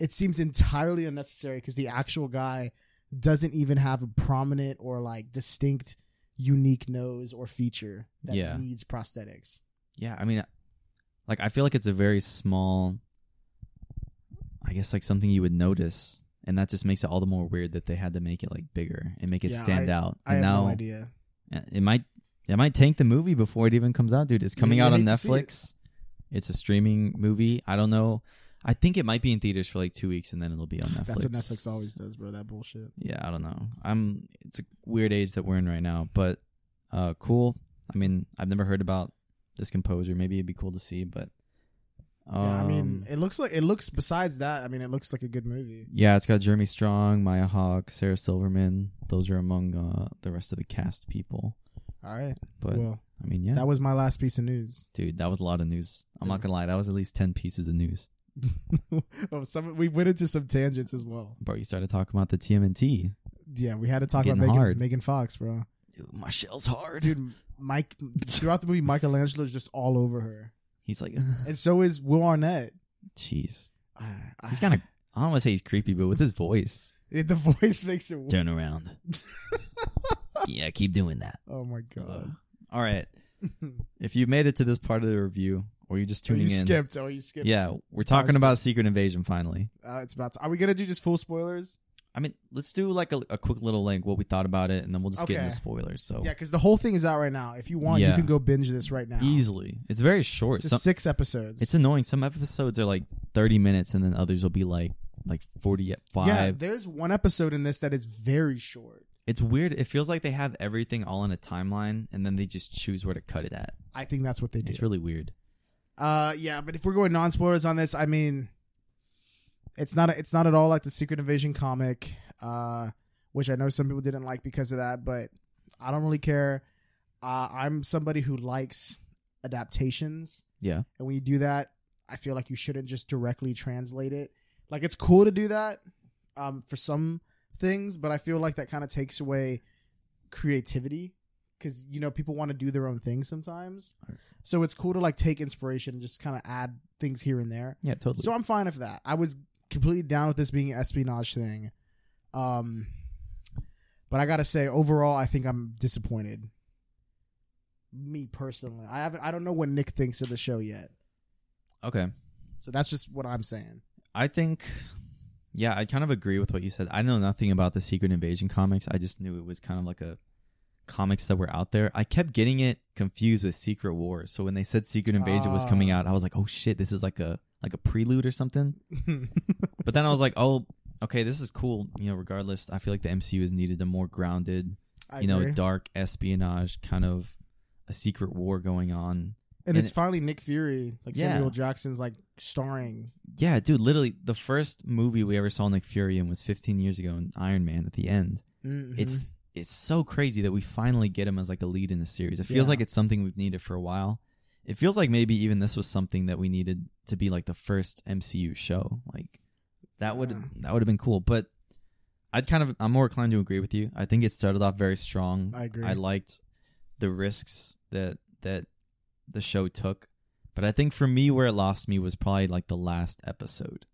S1: it seems entirely unnecessary because the actual guy doesn't even have a prominent or like distinct, unique nose or feature that
S2: Yeah.
S1: needs prosthetics.
S2: Yeah. I mean, like I feel like it's a very small. I guess like something you would notice, and that just makes it all the more weird that they had to make it like bigger and make it
S1: Yeah,
S2: stand out.
S1: I
S2: and
S1: have
S2: now
S1: no idea.
S2: Uh, It might it might tank the movie before it even comes out, dude. It's coming
S1: Yeah,
S2: out
S1: I
S2: on
S1: hate to see it.
S2: Netflix. It's a streaming movie. I don't know. I think it might be in theaters for like two weeks and then it'll be on Netflix.
S1: That's what Netflix always does, bro. That bullshit.
S2: Yeah, I don't know. I'm. It's a weird age that we're in right now, but uh, cool. I mean, I've never heard about this composer. Maybe it'd be cool to see, but um,
S1: yeah, I mean, it looks like it looks. Besides that, I mean, it looks like a good movie.
S2: yeah, it's got Jeremy Strong, Maya Hawke, Sarah Silverman. Those are among uh, the rest of the cast people.
S1: All right.
S2: But
S1: well,
S2: I mean, yeah,
S1: that was my last piece of news.
S2: dude, that was a lot of news. I'm not
S1: Yeah.
S2: gonna lie, that was at least ten pieces of news.
S1: oh, some we went into some tangents as well.
S2: Bro, you started talking about the TMNT.
S1: Yeah, we had to talk
S2: Getting
S1: about Megan,
S2: hard.
S1: Megan Fox, bro.
S2: Dude, my shell's hard.
S1: Dude, Mike throughout the movie, Michelangelo's just all over her,
S2: He's like,
S1: and so is Will Arnett.
S2: jeez.
S1: I-
S2: He's kind of. I don't want to say he's creepy, but with his voice,
S1: It- the voice makes it. wo-
S2: turn around. yeah, keep doing that.
S1: Oh my
S2: uh,
S1: god!
S2: All right. If you made it to this part of the review, or you're just
S1: oh,
S2: tuning
S1: you
S2: in,
S1: skipped. Oh, you skipped.
S2: yeah, we're
S1: Sorry,
S2: talking about Secret Invasion finally.
S1: Uh, it's about. To, are we gonna do just full spoilers?
S2: I mean, let's do like a, a quick little like what we thought about it, and then we'll just get
S1: Okay.
S2: into spoilers. So
S1: Yeah, because the whole thing is out right now. If you want, you
S2: Oh. Yeah.
S1: can go binge this right now.
S2: easily, it's very short.
S1: It's
S2: Some-
S1: just six episodes.
S2: It's annoying. Some episodes are like 30 minutes, and then others will be like like 45.
S1: yeah. There's one episode in this that is very short.
S2: It's weird. It feels like they have everything all in a timeline, and then they just choose where to cut it at.
S1: I think that's what they do.
S2: It's really weird.
S1: Uh, yeah, but if we're going non spoilers on this, I mean, it's not it's not at all like the Secret Invasion comic, uh, which I know some people didn't like because of that, but I don't really care. Uh, I'm somebody who likes adaptations,
S2: Yeah,
S1: and when you do that, I feel like you shouldn't just directly translate it. Like it's cool to do that, um, for some things, but I feel like that kind of takes away creativity because you know people want to do their own thing sometimes.
S2: Right.
S1: So it's cool to like take inspiration and just kind of add things here and there.
S2: yeah, totally.
S1: So I'm fine with that. I was completely down with this being an espionage thing, um, but I gotta say overall, I think I'm disappointed. Me personally, I haven't. I don't know what Nick thinks of the show yet.
S2: okay,
S1: So that's just what I'm saying.
S2: I think. Yeah, I kind of agree with what you said. I know nothing about the Secret Invasion comics. I just knew it was kind of like a comics that were out there. I kept getting it confused with Secret Wars. So when they said Secret Invasion was coming
S1: Ah.
S2: out, I was like, "Oh shit, this is like a like a prelude or something." But then I was like, oh, okay, this is cool. You know, regardless, I feel like the MCU is needed a more grounded,
S1: I
S2: you know,
S1: agree.
S2: dark espionage kind of a secret war going on.
S1: and it's
S2: and it-
S1: finally Nick Fury, like
S2: Yeah.
S1: Samuel Jackson's, like starring.
S2: Yeah, dude, literally the first movie we ever saw Nick Fury in was 15 years ago in Iron Man at the end.
S1: Mm-hmm.
S2: It's it's so crazy that we finally get him as like a lead in the series. It feels
S1: Yeah.
S2: like it's something we've needed for a while. It feels like maybe even this was something that we needed to be like the first MCU show. Like that would
S1: Yeah.
S2: that would have been cool, but I'd kind of I'm more inclined to agree with you. I think it started off very strong.
S1: I agree.
S2: I liked the risks that that the show took, but I think for me where it lost me was probably like the last episode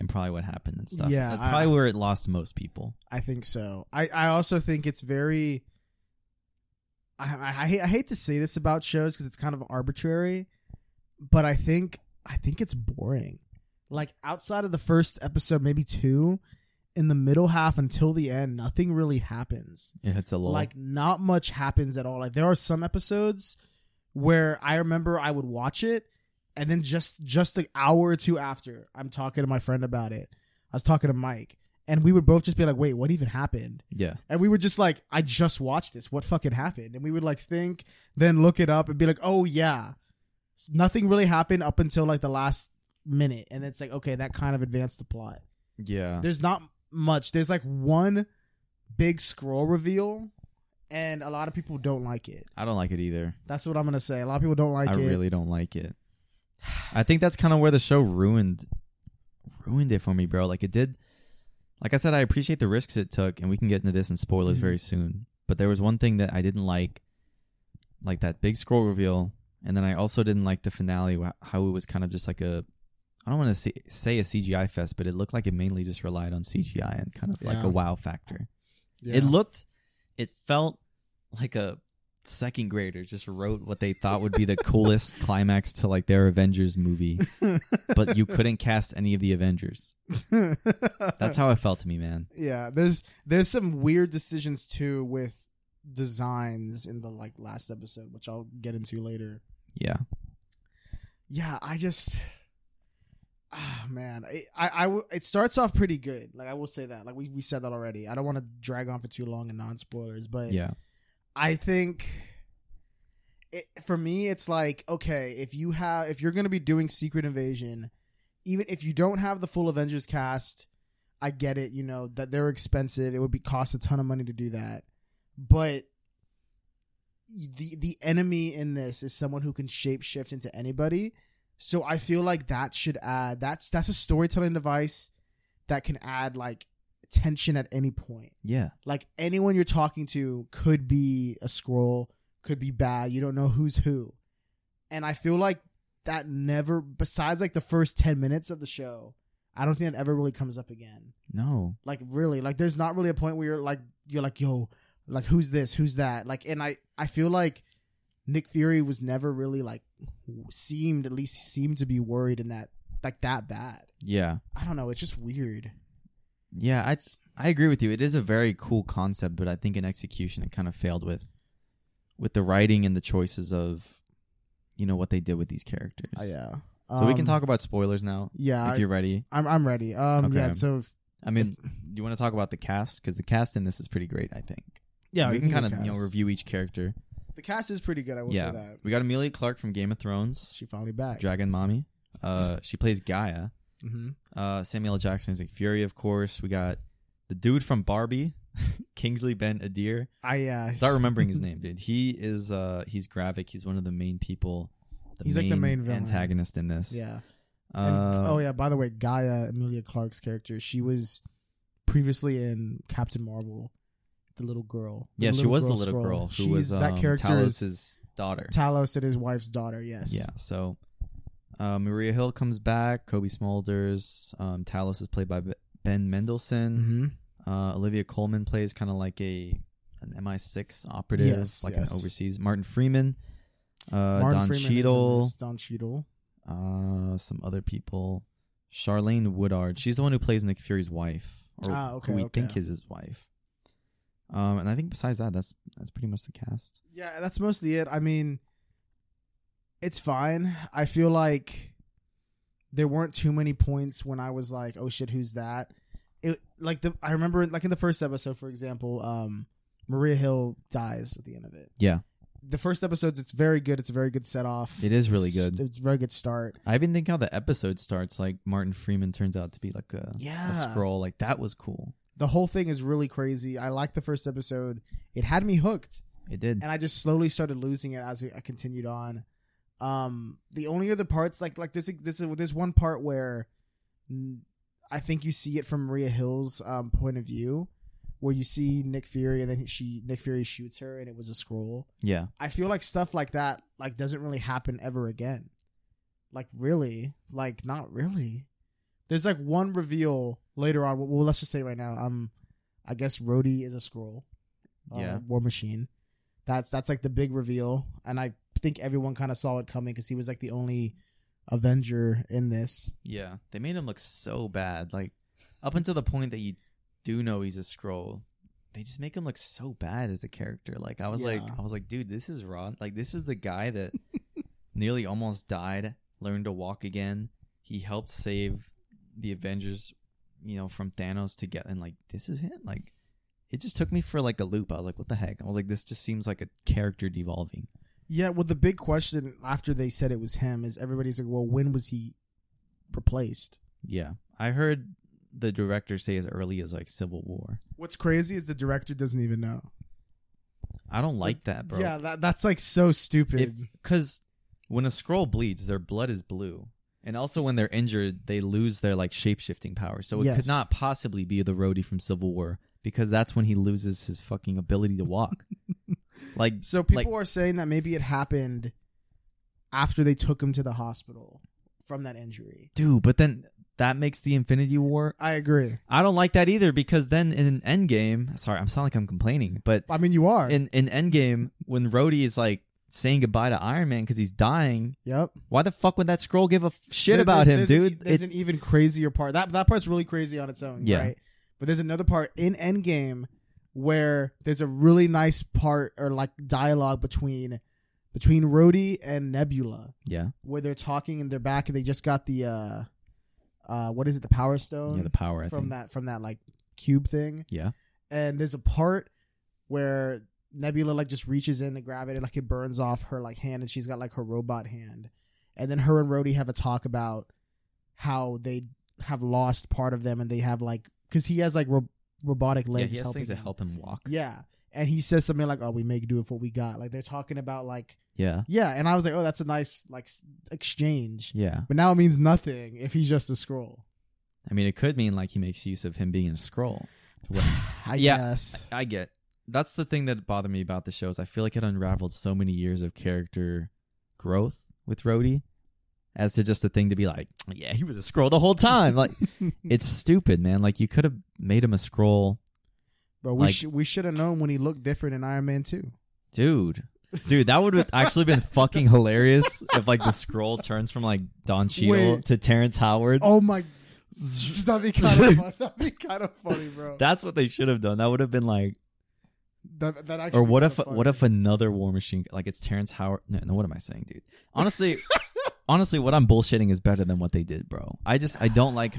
S2: and probably what happened and stuff.
S1: Yeah,
S2: That's
S1: I-
S2: probably where it lost most people.
S1: I think so. I, I also think it's very. I, I, I hate- I hate to say this about shows because it's kind of arbitrary, but I think I think it's boring. Like outside of the first episode, maybe two, in the middle half until the end, nothing really happens.
S2: Yeah, it's a lull.
S1: Like not much happens at all. Like there are some episodes where I remember I would watch it and then just just an hour or two after I'm talking to my friend about it. I was talking to Mike and we would both just be like, "Wait, what even happened?"
S2: Yeah.
S1: And we were just like, I just watched this. What fucking happened? And we would like think, then look it up and be like, oh yeah. S- Nothing really happened up until like the last minute. And it's like, okay, that kind of advanced the plot.
S2: Yeah.
S1: There's not much. There's like one big scroll reveal, and a lot of people don't like it.
S2: I don't like it either.
S1: That's what I'm going to say. A lot of people don't like
S2: I
S1: it.
S2: really don't like it. I think that's kind of where the show ruined ruined it for me, bro. Like it did like I said, I appreciate the risks it took, and we can get into this in spoilers
S1: Mhm.
S2: very soon. But there was one thing that I didn't like, like that big scroll reveal, and then I also didn't like the finale, wh- how it was kind of just like a, I don't want to say, say a CGI fest, but it looked like it mainly just relied on CGI and kind of like
S1: Yeah.
S2: a wow factor.
S1: Yeah.
S2: It looked, it felt like a second grader just wrote what they thought would be the coolest climax to like their Avengers movie, but you couldn't cast any of the Avengers. That's how it felt to me, man.
S1: yeah. There's there's some weird decisions too with designs in the like last episode, which I'll get into later.
S2: Yeah.
S1: yeah, I just, ah, man, I, I, I w- it starts off pretty good. Like I will say that. Like we, we said that already. I don't want to drag on for too long and non spoilers, but
S2: Yeah.
S1: I think it, for me, it's like okay, if you have, if you're gonna be doing Secret Invasion, even if you don't have the full Avengers cast, I get it. You know that they're expensive. It would be cost a ton of money to do that, but the the enemy in this is someone who can shapeshift into anybody. So I feel like that should add that's that's a storytelling device that can add like tension at any point
S2: Yeah.
S1: like anyone you're talking to could be a scroll, could be bad. You don't know who's who. And I feel like that never besides like the first 10 minutes of the show, I don't think that ever really comes up again.
S2: No.
S1: Like really, like there's not really a point where you're like you're like, yo, like who's this? Who's that? Like and I I feel like Nick Fury was never really like seemed at least seemed to be worried in that like that bad.
S2: Yeah.
S1: I don't know, it's just weird.
S2: Yeah. I I agree with you. It is a very cool concept, but I think in execution it kind of failed with with the writing and the choices of you know what they did with these characters.
S1: Oh, Uh, yeah. Um,
S2: So we can talk about spoilers now
S1: yeah,
S2: if you're ready.
S1: I'm I'm ready. Um
S2: Okay.
S1: yeah, so if-
S2: I mean, you want to talk about the cast because the cast in this is pretty great. I think.
S1: yeah,
S2: we
S1: you
S2: can
S1: do
S2: kind of
S1: cast.
S2: you know review each character.
S1: The cast is pretty good. I will say
S2: yeah,
S1: that.
S2: we got Amelia Clark from Game of Thrones,
S1: She finally back.
S2: Dragon Mommy. Uh, she plays Gaia.
S1: hmm
S2: Uh, Samuel L. Jackson is like Fury, of course. We got the dude from Barbie, Kingsley Ben Adir.
S1: I uh,
S2: Start remembering his name, dude. He is uh, he's graphic. He's one of the main people.
S1: He's like the main villain.
S2: antagonist in this.
S1: Yeah. And,
S2: Uh,
S1: oh yeah. By the way, Gaia Amelia Clark's character. She was previously in Captain Marvel, the little girl.
S2: yeah. She
S1: little
S2: was the
S1: girl
S2: little
S1: scroll.
S2: girl who
S1: She's
S2: was um,
S1: that character
S2: Talos's
S1: is
S2: daughter.
S1: Talos and his wife's daughter. Yes.
S2: Yeah. So uh, Maria Hill comes back. Kobe Smulders. Um, Talos is played by B- Ben Mendelsohn.
S1: hmm
S2: Uh, Olivia Coleman plays kind of like a an MI6 operative,
S1: Yes,
S2: like
S1: yes.
S2: an overseas. Martin Freeman. Uh,
S1: Martin
S2: Don
S1: Freeman is in
S2: Cheadle.
S1: this. Don Cheadle.
S2: Uh, some other people. Charlene Woodard. She's the one who plays Nick Fury's wife, or
S1: Ah, okay,
S2: who we
S1: okay.
S2: think is his wife. Um, and I think besides that, that's that's pretty much the cast.
S1: Yeah, that's mostly it. I mean, it's fine. I feel like there weren't too many points when I was like, "Oh shit, who's that?" It like the I remember like in the first episode, for example, um, Maria Hill dies at the end of it.
S2: Yeah,
S1: The first episodes, it's very good. It's a very good set off.
S2: it is really good.
S1: It's a very good start.
S2: I even think how the episode starts, like Martin Freeman turns out to be like a,
S1: Yeah,
S2: a scroll. Like that was cool.
S1: the whole thing is really crazy. I like the first episode. It had me hooked.
S2: It did.
S1: and I just slowly started losing it as I continued on. Um, the only other parts, like like this, this is there's one part where mm, I think you see it from Maria Hill's um, point of view, where you see Nick Fury and then she Nick Fury shoots her and it was a scroll.
S2: yeah,
S1: I feel like stuff like that like doesn't really happen ever again. Like really, like not really. There's like one reveal later on. Well, let's just say right now. Um, I guess Rhodey is a scroll. uh,
S2: Yeah.
S1: War Machine. That's that's like the big reveal, and I think everyone kind of saw it coming because he was like the only Avenger in this.
S2: yeah. They made him look so bad. Like up until the point that you do know he's a scroll, they just make him look so bad as a character. Like I was like,
S1: Yeah.
S2: I was like, dude, this is Ron. Like this is the guy that nearly almost died, learned to walk again. He helped save the Avengers, you know, from Thanos to get and like this is it. Like it just took me for like a loop. I was like, what the heck? I was like, this just seems like a character devolving.
S1: Yeah, well, the big question after they said it was him is everybody's like, well, when was he replaced?
S2: Yeah. I heard the director say as early as like Civil War.
S1: What's crazy is the director doesn't even know.
S2: I don't like that, bro.
S1: Yeah, that, that's like so stupid.
S2: because when a scroll bleeds, their blood is blue, and also when they're injured, they lose their like shape shifting power. So it
S1: Yes.
S2: could not possibly be the roadie from Civil War because that's when he loses his fucking ability to walk. like
S1: so people are saying that maybe it happened after they took him to the hospital from that injury.
S2: dude, but then that makes the Infinity War.
S1: I agree.
S2: I don't like that either because then in Endgame, sorry, I'm sound like I'm complaining, but
S1: I mean, you are.
S2: in in Endgame when Rhodey is like saying goodbye to Iron Man because he's dying,
S1: yep.
S2: why the fuck would that scroll give a f- shit
S1: There-
S2: about
S1: there's-
S2: him,
S1: there's an- e-,
S2: dude?
S1: there's
S2: It-
S1: an even crazier part. That that part's really crazy on its own,
S2: Yeah.
S1: right? But there's another part in Endgame where there's a really nice part or like dialogue between between Rhodey and Nebula
S2: yeah,
S1: where they're talking in their back and they just got the uh uh what is it the power stone
S2: yeah, the power. I
S1: from
S2: think.
S1: that from that like cube thing
S2: Yeah.
S1: and there's a part where Nebula like just reaches in to grab it and like it burns off her like hand and she's got like her robot hand. And then her and Rhodey have a talk about how they have lost part of them and they have like because he has like ro- robotic legs.
S2: yeah, he has
S1: helping
S2: things that
S1: him.
S2: help him walk.
S1: Yeah. And he says something like, "Oh, we make do with what we got." Like they're talking about like,
S2: yeah,
S1: yeah. And I was like, "Oh, that's a nice like s- exchange."
S2: yeah.
S1: But now it means nothing if he's just a scroll.
S2: I mean, it could mean like he makes use of him being a scroll.
S1: I
S2: Yeah.
S1: guess.
S2: I get. That's the thing that bothered me about the show is I feel like it unraveled so many years of character growth with Rhodey, as to just a thing to be like, yeah, he was a scroll the whole time. Like, it's stupid, man. Like you could have made him a scroll,
S1: But we
S2: Like-
S1: should we should have known when he looked different in Iron Man Two.
S2: dude. Dude, that would have actually been fucking hilarious if like the scroll turns from like Don Cheadle
S1: Wait.
S2: to Terrence Howard.
S1: Oh my, that'd be kind of fun. that'd be kind of funny, bro.
S2: That's what they should have done. That would have been like
S1: That, that actually
S2: Or what
S1: kinda
S2: if
S1: funny.
S2: what if another War Machine like it's Terrence Howard? No, no, what am I saying, dude? Honestly, honestly, what I'm bullshitting is better than what they did, bro. I just I don't like.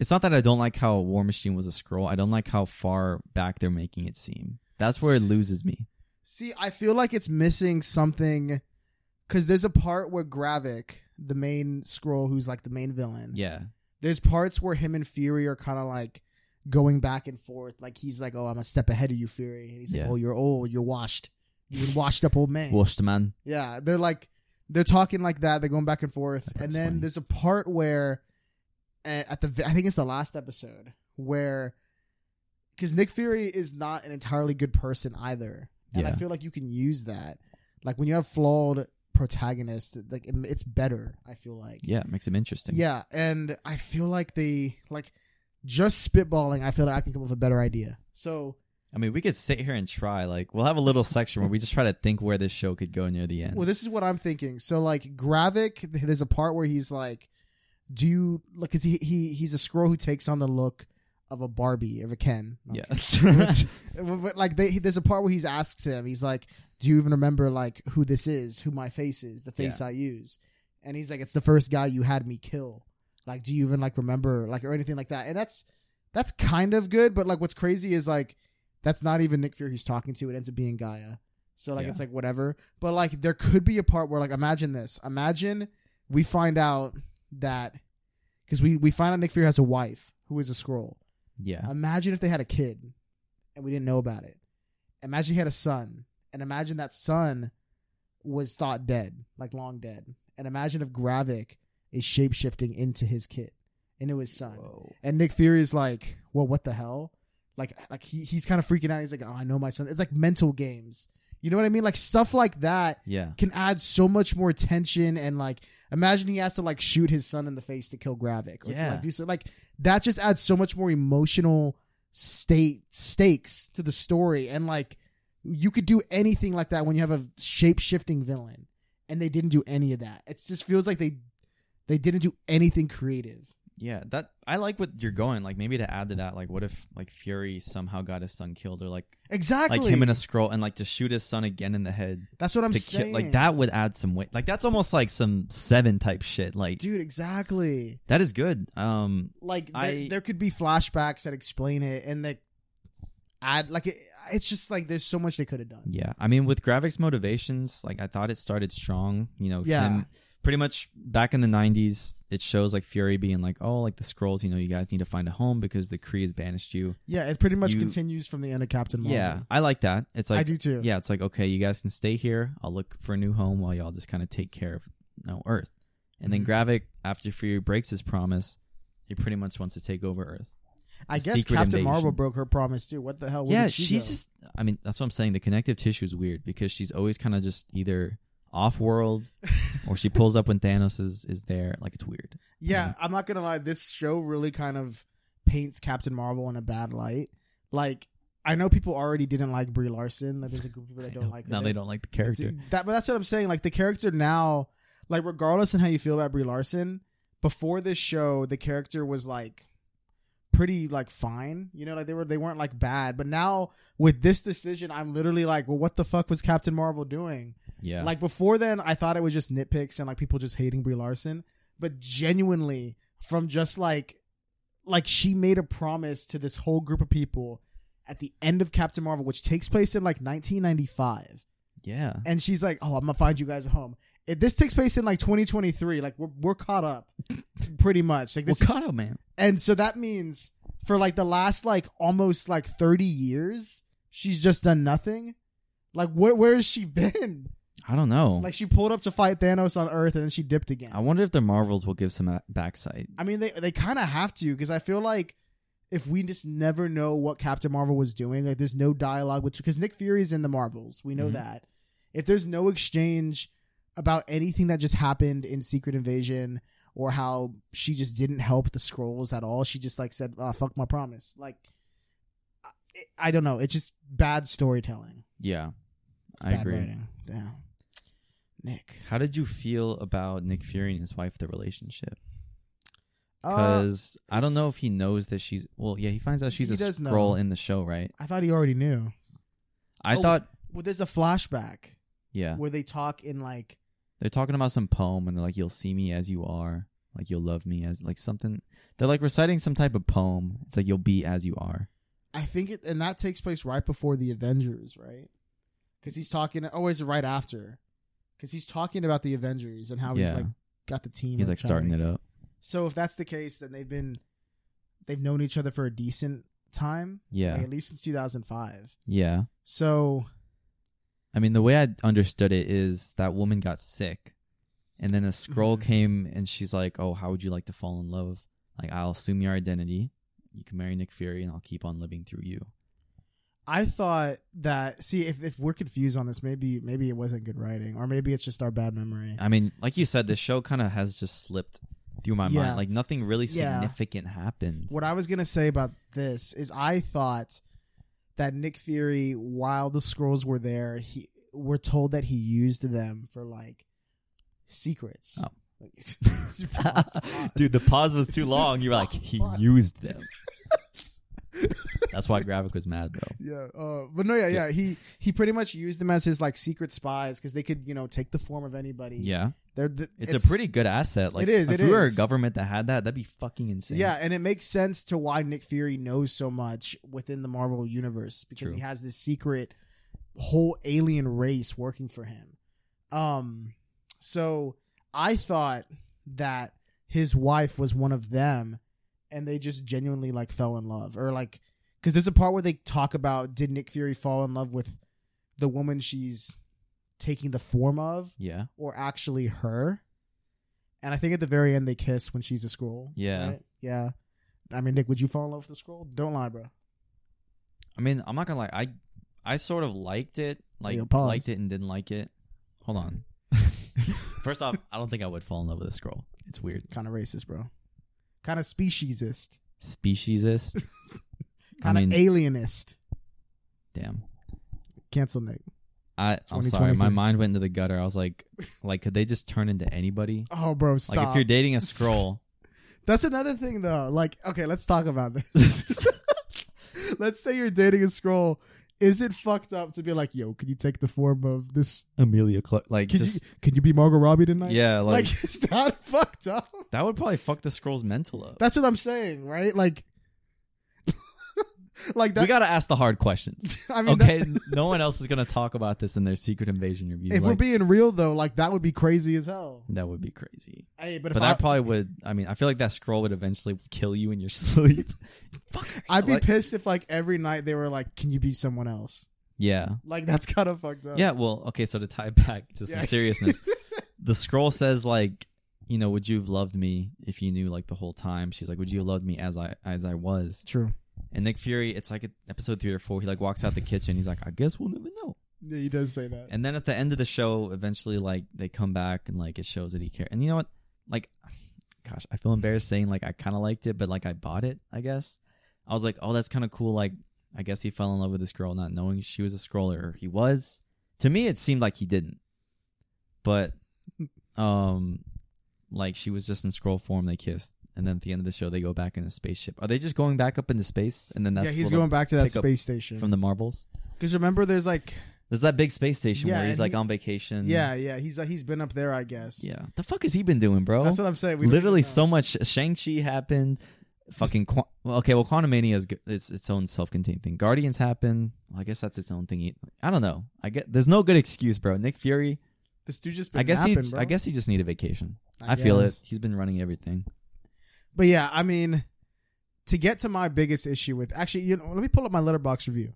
S2: It's not that I don't like how War Machine was a scroll. I don't like how far back they're making it seem. That's where it loses me.
S1: See, I feel like it's missing something because there's a part where Gravik, the main scroll, who's like the main villain.
S2: Yeah,
S1: There's parts where him and Fury are kind of like going back and forth. Like he's like, "Oh, I'm a step ahead of you, Fury," and he's
S2: Yeah.
S1: like, "Oh, you're old. You're washed. You're a washed up old man."
S2: washed man.
S1: Yeah, they're like they're talking like that. They're going back and forth,
S2: That's
S1: and then
S2: funny.
S1: there's a part where uh, at the I think it's the last episode where because Nick Fury is not an entirely good person either, and I
S2: Yeah.
S1: feel like you can use that. Like when you have flawed protagonists, like it- it's better. I feel like
S2: Yeah, it makes him interesting.
S1: yeah, and I feel like they like just spitballing. I feel like I can come up with a better idea. So
S2: I mean, we could sit here and try. Like, we'll have a little section where we just try to think where this show could go near the end.
S1: Well, this is what I'm thinking. So like Gravik, there's a part where he's like, "Do you look?" Because he he he's a scroll who takes on the look of a Barbie of a Ken.
S2: yeah,
S1: But- but, like they, there's a part where he's asks him. He's like, "Do you even remember like who this is? Who my face is? The face I use?" And he's like, "It's the first guy you had me kill. Like, do you even like remember like or anything like that?" And that's that's kind of good. But like, what's crazy is like that's not even Nick Fury he's talking to. It ends up being Gaia. So like
S2: Yeah.
S1: it's like whatever. But like there could be a part where like imagine this. Imagine we find out that because we we find out Nick Fury has a wife who is a scroll.
S2: yeah.
S1: Imagine if they had a kid and we didn't know about it. Imagine he had a son, and imagine that son was thought dead, like long dead. And imagine if Gravik is shapeshifting into his kid, into his son.
S2: Whoa.
S1: And Nick Fury is like, well, what the hell? Like, like he, he's kind of freaking out. He's like, oh, I know my son. It's like mental games. You know what I mean? Like stuff like that
S2: Yeah.
S1: can add so much more tension and like imagine he has to like shoot his son in the face to kill Gravik or to
S2: Yeah.
S1: like do so like that just adds so much more emotional state stakes to the story and like you could do anything like that when you have a shape shifting villain and they didn't do any of that. It just feels like they they didn't do anything creative.
S2: yeah, that I like what you're going. Like maybe to add to that, like what if like Fury somehow got his son killed, or like
S1: Exactly.
S2: like him and a scroll, and like to shoot his son again in the head
S1: That's what I'm
S2: to
S1: saying.
S2: kill, like that would add some weight. Like that's almost like some seven type shit. Like
S1: dude. Exactly.
S2: that is good. Um,
S1: Like there-
S2: I-
S1: there could be flashbacks that explain it, and that add like it, it's just like there's so much they could have done.
S2: Yeah, I mean, with graphics motivations, like I thought it started strong. You know,
S1: Yeah.
S2: him- pretty much back in the '90s, it shows like Fury being like, "Oh, like the scrolls, you know, you guys need to find a home because the Kree has banished you."
S1: Yeah, it pretty much
S2: You-
S1: continues from the end of Captain Marvel.
S2: Yeah, I like that. It's like
S1: I do too.
S2: Yeah, it's like okay, you guys can stay here. I'll look for a new home while y'all just kind of take care of no Earth. And then
S1: Mhm.
S2: Gravik, after Fury breaks his promise, he pretty much wants to take over Earth.
S1: I
S2: the
S1: guess
S2: secret
S1: Captain
S2: invasion.
S1: Marvel broke her promise too. What the hell? Where
S2: yeah,
S1: did she
S2: she's
S1: go?
S2: just. I mean, that's what I'm saying. The connective tissue is weird because she's always kind of just either off world, or she pulls up when Thanos is is there. Like it's weird.
S1: Yeah, I'm not gonna lie. This show really kind of paints Captain Marvel in a bad light. Like, I know people already didn't like Brie Larson. Like, there's a group of people that don't like her.
S2: now they don't like the character.
S1: It's- That, but that's what I'm saying. Like, the character now, like, regardless on how you feel about Brie Larson, before this show, the character was like pretty like fine. You know, like they were they weren't like bad. But now with this decision, I'm literally like, well, what the fuck was Captain Marvel doing?
S2: Yeah,
S1: Like before then, I thought it was just nitpicks and like people just hating Brie Larson, but genuinely from just like like she made a promise to this whole group of people at the end of Captain Marvel, which takes place in like 1995,
S2: yeah,
S1: and she's like, "Oh, I'm gonna find you guys a home." It, this takes place in like 2023. Like we're we're caught up, pretty much. Like this, is-
S2: Wakanda man.
S1: and so that means for like the last like almost like 30 years, she's just done nothing. Like where where has she been?
S2: I don't know.
S1: Like she pulled up to fight Thanos on Earth, and then she dipped again.
S2: I wonder if the Marvels will give some a- backside.
S1: I mean, they they kind of have to because I feel like if we just never know what Captain Marvel was doing, like there's no dialogue with because Nick Fury's in the Marvels, we know
S2: Mhm.
S1: that. If there's no exchange about anything that just happened in Secret Invasion or how she just didn't help the scrolls at all, she just like said, oh, "Fuck my promise." Like, I, I don't know. It's just bad storytelling.
S2: Yeah,
S1: It's
S2: I
S1: bad
S2: agree.
S1: Writing. Damn, Nick.
S2: How did you feel about Nick Fury and his wife, the relationship?
S1: Uh,
S2: Because I don't know if he knows that she's. Well, yeah, he finds out she's
S1: He
S2: a
S1: does know.
S2: scroll in the show, right?
S1: I thought he already knew.
S2: I
S1: Oh.
S2: thought.
S1: Well, there's a flashback
S2: Yeah.
S1: where they talk in like
S2: They're talking about some poem and they're like, You'll see me as you are. Like, you'll love me as, like, something. They're like reciting some type of poem. It's like, You'll be as you are.
S1: I think it, and that takes place right before the Avengers, right? Because he's talking. Oh, is it right after? Because he's talking about the Avengers and how he's
S2: Yeah.
S1: like got the team.
S2: He's like starting it up.
S1: So if that's the case, then they've been they've known each other for a decent time,
S2: Yeah.
S1: like, at least since 2005.
S2: Yeah.
S1: So
S2: I mean, the way I understood it is that woman got sick and then a scroll
S1: Mhm.
S2: came and she's like, Oh, how would you like to fall in love? Like, I'll assume your identity. You can marry Nick Fury and I'll keep on living through you.
S1: I thought that see if if we're confused on this, maybe maybe it wasn't good writing, or maybe it's just our bad memory.
S2: I mean, like you said, this show kind of has just slipped through my
S1: Yeah.
S2: mind. Like, nothing really
S1: Yeah.
S2: significant happened.
S1: What I was gonna say about this is I thought that Nick Fury, while the scrolls were there, he were told that he used them for like secrets.
S2: Oh.
S1: Like-
S2: Dude, the pause was too long. You were like, he
S1: Pause.
S2: used them. That's why Gravik was mad, bro.
S1: Yeah, uh, but no, yeah, yeah. He he pretty much used them as his like secret spies because they could you know take the form of anybody.
S2: Yeah,
S1: they're the,
S2: it's, a pretty good asset. Like,
S1: It is,
S2: If
S1: it
S2: we were a
S1: is.
S2: government that had that, that'd be fucking insane.
S1: Yeah, and it makes sense to why Nick Fury knows so much within the Marvel universe because
S2: True.
S1: he has this secret whole alien race working for him. Um so I thought that his wife was one of them and they just genuinely like fell in love or like cuz there's a part where they talk about did Nick Fury fall in love with the woman she's taking the form of
S2: yeah,
S1: or actually her. And I think at the very end they kiss when she's a scroll.
S2: Yeah.
S1: right? Yeah. I mean, Nick, would you fall in love with the scroll? Don't lie, bro.
S2: I mean, I'm not gonna lie. I, I sort of liked it. Like,
S1: Yo, pause.
S2: liked it and didn't like it. Hold on. First off, I don't think I would fall in love with a scroll. It's weird.
S1: Kind of racist, bro. Kind of speciesist.
S2: Speciesist. I
S1: Kind of
S2: mean-
S1: alienist.
S2: Damn.
S1: Cancel Nick.
S2: I, I'm sorry. My
S1: 2023.
S2: mind went into the gutter. I was like, like, could they just turn into anybody?
S1: Oh, bro,
S2: Like,
S1: stop.
S2: if you're dating a scroll,
S1: That's another thing, though. Like, okay, let's talk about this. let's say you're dating a scroll. Is it fucked up to be like, yo, can you take the form of this?
S2: Amelia Clark, like
S1: Can,
S2: just
S1: you, can you be Margot Robbie tonight?
S2: yeah, like,
S1: Like, is that fucked up?
S2: that would probably fuck the scroll's mental up.
S1: That's what I'm saying, right? Like, like
S2: we
S1: that.
S2: gotta ask the hard questions.
S1: I mean, that-
S2: okay, no one else is gonna talk about this in their secret invasion review.
S1: if we're
S2: like,
S1: being real, though, like that would be crazy as hell.
S2: that would be crazy.
S1: Hey, but if
S2: But
S1: I,
S2: that probably would. I mean, I feel like that scroll would eventually kill you in your sleep. Fuck.
S1: I'd be
S2: like-
S1: pissed if like every night they were like, "Can you be someone else?"
S2: Yeah.
S1: Like that's kind of fucked up.
S2: Yeah, well, okay, so to tie it back to some
S1: Uh, Yeah.
S2: seriousness, the scroll says like, you know, would you have loved me if you knew like the whole time? She's like, would you have loved me as I as I was?
S1: true.
S2: And Nick Fury, it's like episode 3 or 4, he like walks out the kitchen, he's like, I guess we'll never know.
S1: Yeah, he does say that.
S2: And then at the end of the show, eventually like they come back and like it shows that he cared. And you know what? Like gosh, I feel embarrassed saying like I kind of liked it, but like I bought it, I guess. I was like, "Oh, that's kind of cool like I guess he fell in love with this girl not knowing she was a scroller or he was." To me it seemed like he didn't. But um like she was just in scroll form they kissed. And then at the end of the show they go back in a spaceship. Are they just going back up into space and then that's
S1: yeah, he's
S2: what-
S1: going back to that
S2: pick up
S1: space station.
S2: from the Marvels?
S1: Because remember, there's like,
S2: There's that big space station
S1: Yeah,
S2: where
S1: and
S2: he's like
S1: he-
S2: on vacation.
S1: yeah, yeah, he's he's been up there, I guess.
S2: Yeah. The fuck has he been doing, bro?
S1: that's what I'm saying. We don't
S2: Literally
S1: even know.
S2: so much Shang-Chi happened. Fucking Qua- well, okay, well Quantumania is g- it's its own self-contained thing. Guardians happened. Well, I guess that's its own thing. I don't know. I get there's no good excuse, bro. Nick Fury,
S1: This dude just been
S2: I guess he
S1: napping, bro.
S2: I guess he just needed vacation. I,
S1: I
S2: feel it.
S1: guess.
S2: He's been running everything.
S1: But yeah, I mean, to get to my biggest issue with actually, you know, let me pull up my letterbox review.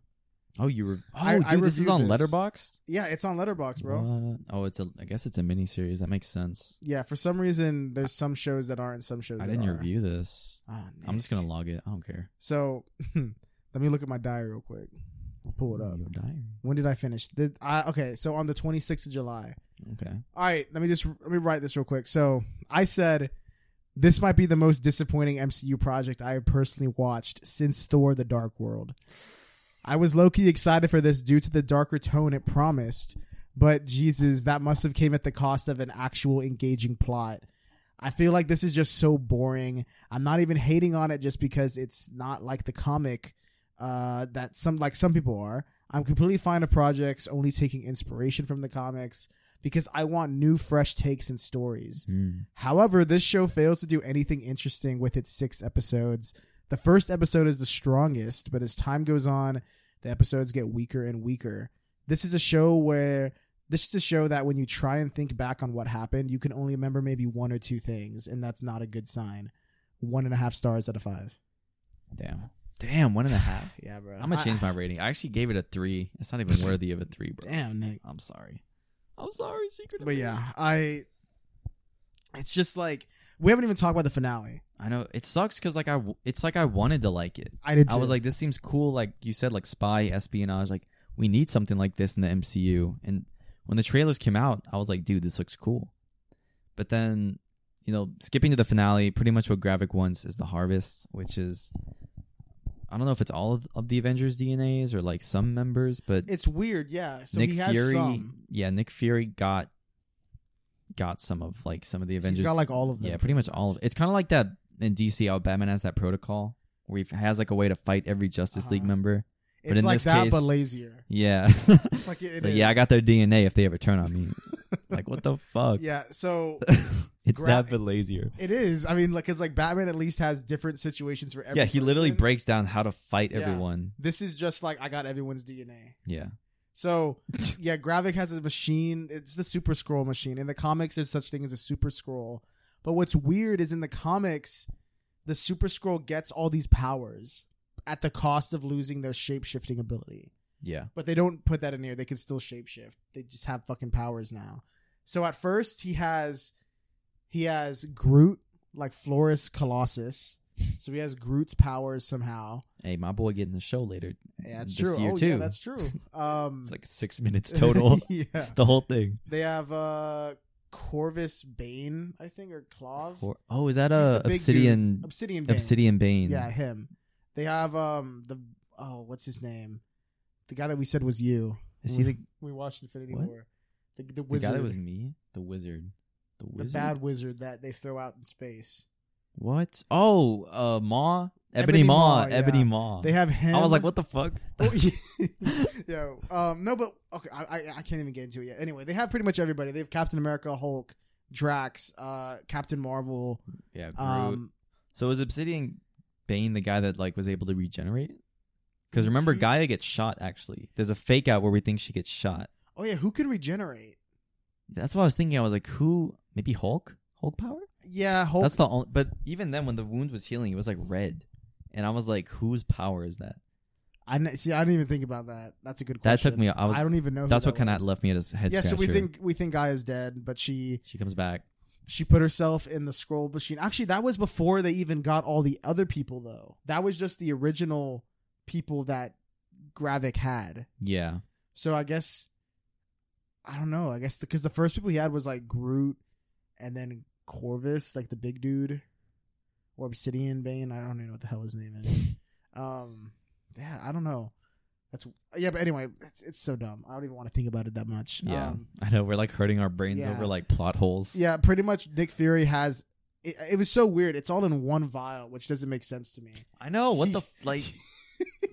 S2: Oh, you were Oh,
S1: I-
S2: dude,
S1: I
S2: this is
S1: reviewed
S2: on
S1: this.
S2: Letterboxd?
S1: Yeah, it's on Letterbox, bro.
S2: What? Oh, it's a I guess it's a mini series. That makes sense.
S1: Yeah, for some reason, there's some shows that aren't, some shows
S2: I
S1: that
S2: didn't
S1: are.
S2: review this.
S1: Oh,
S2: I'm just going
S1: Nick.
S2: to log it. I don't care.
S1: So, let me look at my diary real quick. I'll pull it up.
S2: Your diary.
S1: When did I finish? Did I okay? So on the 26th of July.
S2: Okay.
S1: All right, let me just let me write this real quick. So I said this might be the most disappointing MCU project I have personally watched since Thor: The Dark World. I was low key excited for this due to the darker tone it promised, but Jesus, that must have came at the cost of an actual engaging plot. I feel like this is just so boring. I'm not even hating on it just because it's not like the comic uh, that some like some people are. I'm completely fine of projects only taking inspiration from the comics because I want new, fresh takes and stories.
S2: Hmm.
S1: However, this show fails to do anything interesting with its six episodes. The first episode is the strongest, but as time goes on, the episodes get weaker and weaker. This is a show where this is a show that when you try and think back on what happened, you can only remember maybe one or two things, and that's not a good sign. One and a half stars out of five.
S2: Damn. Damn, one and a half.
S1: Yeah, bro.
S2: I'm gonna change my rating. I actually gave it a three. It's not even worthy of a three, bro.
S1: Damn, Nick.
S2: I'm sorry. I'm sorry, Secret.
S1: But
S2: Invasion.
S1: yeah, I. It's just like we haven't even talked about the finale.
S2: I know it sucks because like I, w- it's like I wanted to like it.
S1: I did.
S2: I was
S1: too.
S2: like, this seems cool. Like you said, like spy espionage. Like we need something like this in the MCU. And when the trailers came out, I was like, dude, this looks cool. But then, you know, skipping to the finale, pretty much what Gravik wants is the harvest, which is. I don't know if it's all of, of the Avengers DNAs or like some members, but
S1: it's weird. Yeah. So
S2: Nick
S1: he has
S2: Fury,
S1: some.
S2: yeah, Nick Fury got got some of like some of the Avengers.
S1: He's got like all of them.
S2: yeah, pretty much all of It's kind of like that in DC how Batman has that protocol where he has like a way to fight every Justice League
S1: Uh-huh.
S2: member. but
S1: It's
S2: in
S1: like
S2: this
S1: that,
S2: case-
S1: but lazier.
S2: Yeah,
S1: Like it, it
S2: It's like,
S1: is.
S2: yeah, I got their DNA if they ever turn on me. like what the fuck?
S1: Yeah, so
S2: it's
S1: Gra-
S2: that but lazier.
S1: it is. I mean, like, cause like Batman at least has different situations for every.
S2: Yeah, he literally
S1: person.
S2: breaks down how to fight
S1: Yeah.
S2: everyone.
S1: This is just like I got everyone's DNA.
S2: Yeah,
S1: So yeah, Gravik has a machine. It's the Super Scroll machine. In the comics, there's such thing as a Super Scroll. But what's weird is in the comics, the Super Scroll gets all these powers at the cost of losing their shape shifting ability.
S2: yeah.
S1: But they don't put that in here. They can still shapeshift. They just have fucking powers now. So at first he has he has Groot, like Florus Colossus. So he has Groot's powers somehow.
S2: Hey, my boy getting the show later.
S1: Yeah, that's
S2: This
S1: true.
S2: year
S1: oh yeah,
S2: too.
S1: that's true. Um
S2: It's like six minutes total.
S1: yeah.
S2: the whole thing.
S1: They have uh Corvus Bane, I think, or Clav.
S2: Or- oh, is that
S1: He's
S2: a
S1: the big
S2: obsidian?
S1: dude. Obsidian Bane.
S2: Obsidian Bane.
S1: Yeah, him. They have um the oh, what's his name? The guy that we said was you.
S2: Is he the,
S1: We watched Infinity
S2: What?
S1: War. The, the
S2: the
S1: wizard.
S2: guy that was me? The wizard. The
S1: the
S2: wizard.
S1: bad wizard that they throw out in space.
S2: What? Oh, uh, Maw, Ebony,
S1: Ebony
S2: Maw,
S1: Maw, yeah.
S2: Ebony Maw.
S1: They have him.
S2: I was like, what the fuck?
S1: Yo, um, no, but okay, I, I I can't even get into it yet. Anyway, they have pretty much everybody. They have Captain America, Hulk, Drax, uh, Captain Marvel.
S2: yeah. Groot.
S1: Um,
S2: so is Obsidian Bane the guy that like was able to regenerate? Because remember,
S1: He-
S2: Gaia gets shot. Actually, there's a fake out where we think she gets shot.
S1: oh yeah, who can regenerate?
S2: That's what I was thinking. I was like, who? Maybe Hulk? Hulk power?
S1: Yeah, Hulk.
S2: That's the only. But even then, when the wound was healing, it was like red, and I was like, whose power is that?
S1: I n- see. I didn't even think about that. That's a good
S2: That
S1: question.
S2: took me. I was.
S1: I don't even know. who
S2: that's
S1: that
S2: what kind of
S1: was.
S2: left me at his head.
S1: Yeah, so we
S2: scratcher.
S1: think we think Gaia's dead, but she
S2: she comes back.
S1: she put herself in the scroll machine. Actually, that was before they even got all the other people though. That was just the original people that Gravik had.
S2: Yeah.
S1: So I guess I don't know. I guess because the first people he had was like Groot and then Corvus, like the big dude, or Obsidian Bane. I don't even know what the hell his name is. Um, yeah, I don't know. That's yeah, but anyway, it's, it's so dumb. I don't even want to think about it that much.
S2: Yeah,
S1: Um,
S2: I know we're like hurting our brains
S1: yeah.
S2: over like plot holes.
S1: yeah. Pretty much, Nick Fury has. It, it was so weird. It's all in one vial, which doesn't make sense to me.
S2: I know what the f- like,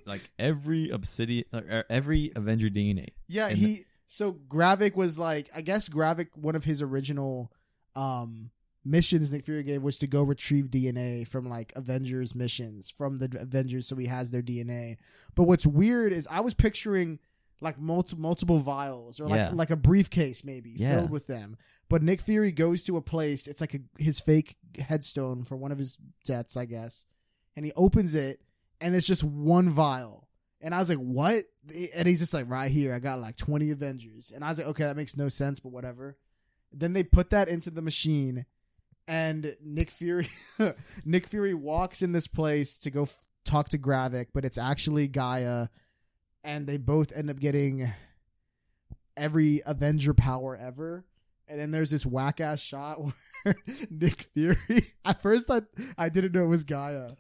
S2: like every obsidian, or, or every Avenger DNA.
S1: Yeah,
S2: And-
S1: he so Gravik was like I guess Gravik one of his original um missions Nick Fury gave was to go retrieve DNA from like Avengers missions from the Avengers so he has their DNA. But what's weird is I was picturing like multi- multiple vials or like
S2: Yeah.
S1: like a briefcase maybe
S2: Yeah.
S1: filled with them. But Nick Fury goes to a place, it's like a, his fake headstone for one of his deaths, I guess. And he opens it and it's just one vial. And I was like, what? And he's just like, right here, I got like 20 Avengers. And I was like, okay, that makes no sense, but whatever. Then they put that into the machine, and Nick Fury, Nick Fury walks in this place to go f- talk to Gravik, but it's actually Gaia, and they both end up getting every Avenger power ever. And then there's this whack ass shot where Nick Fury. At first, I I didn't know it was Gaia.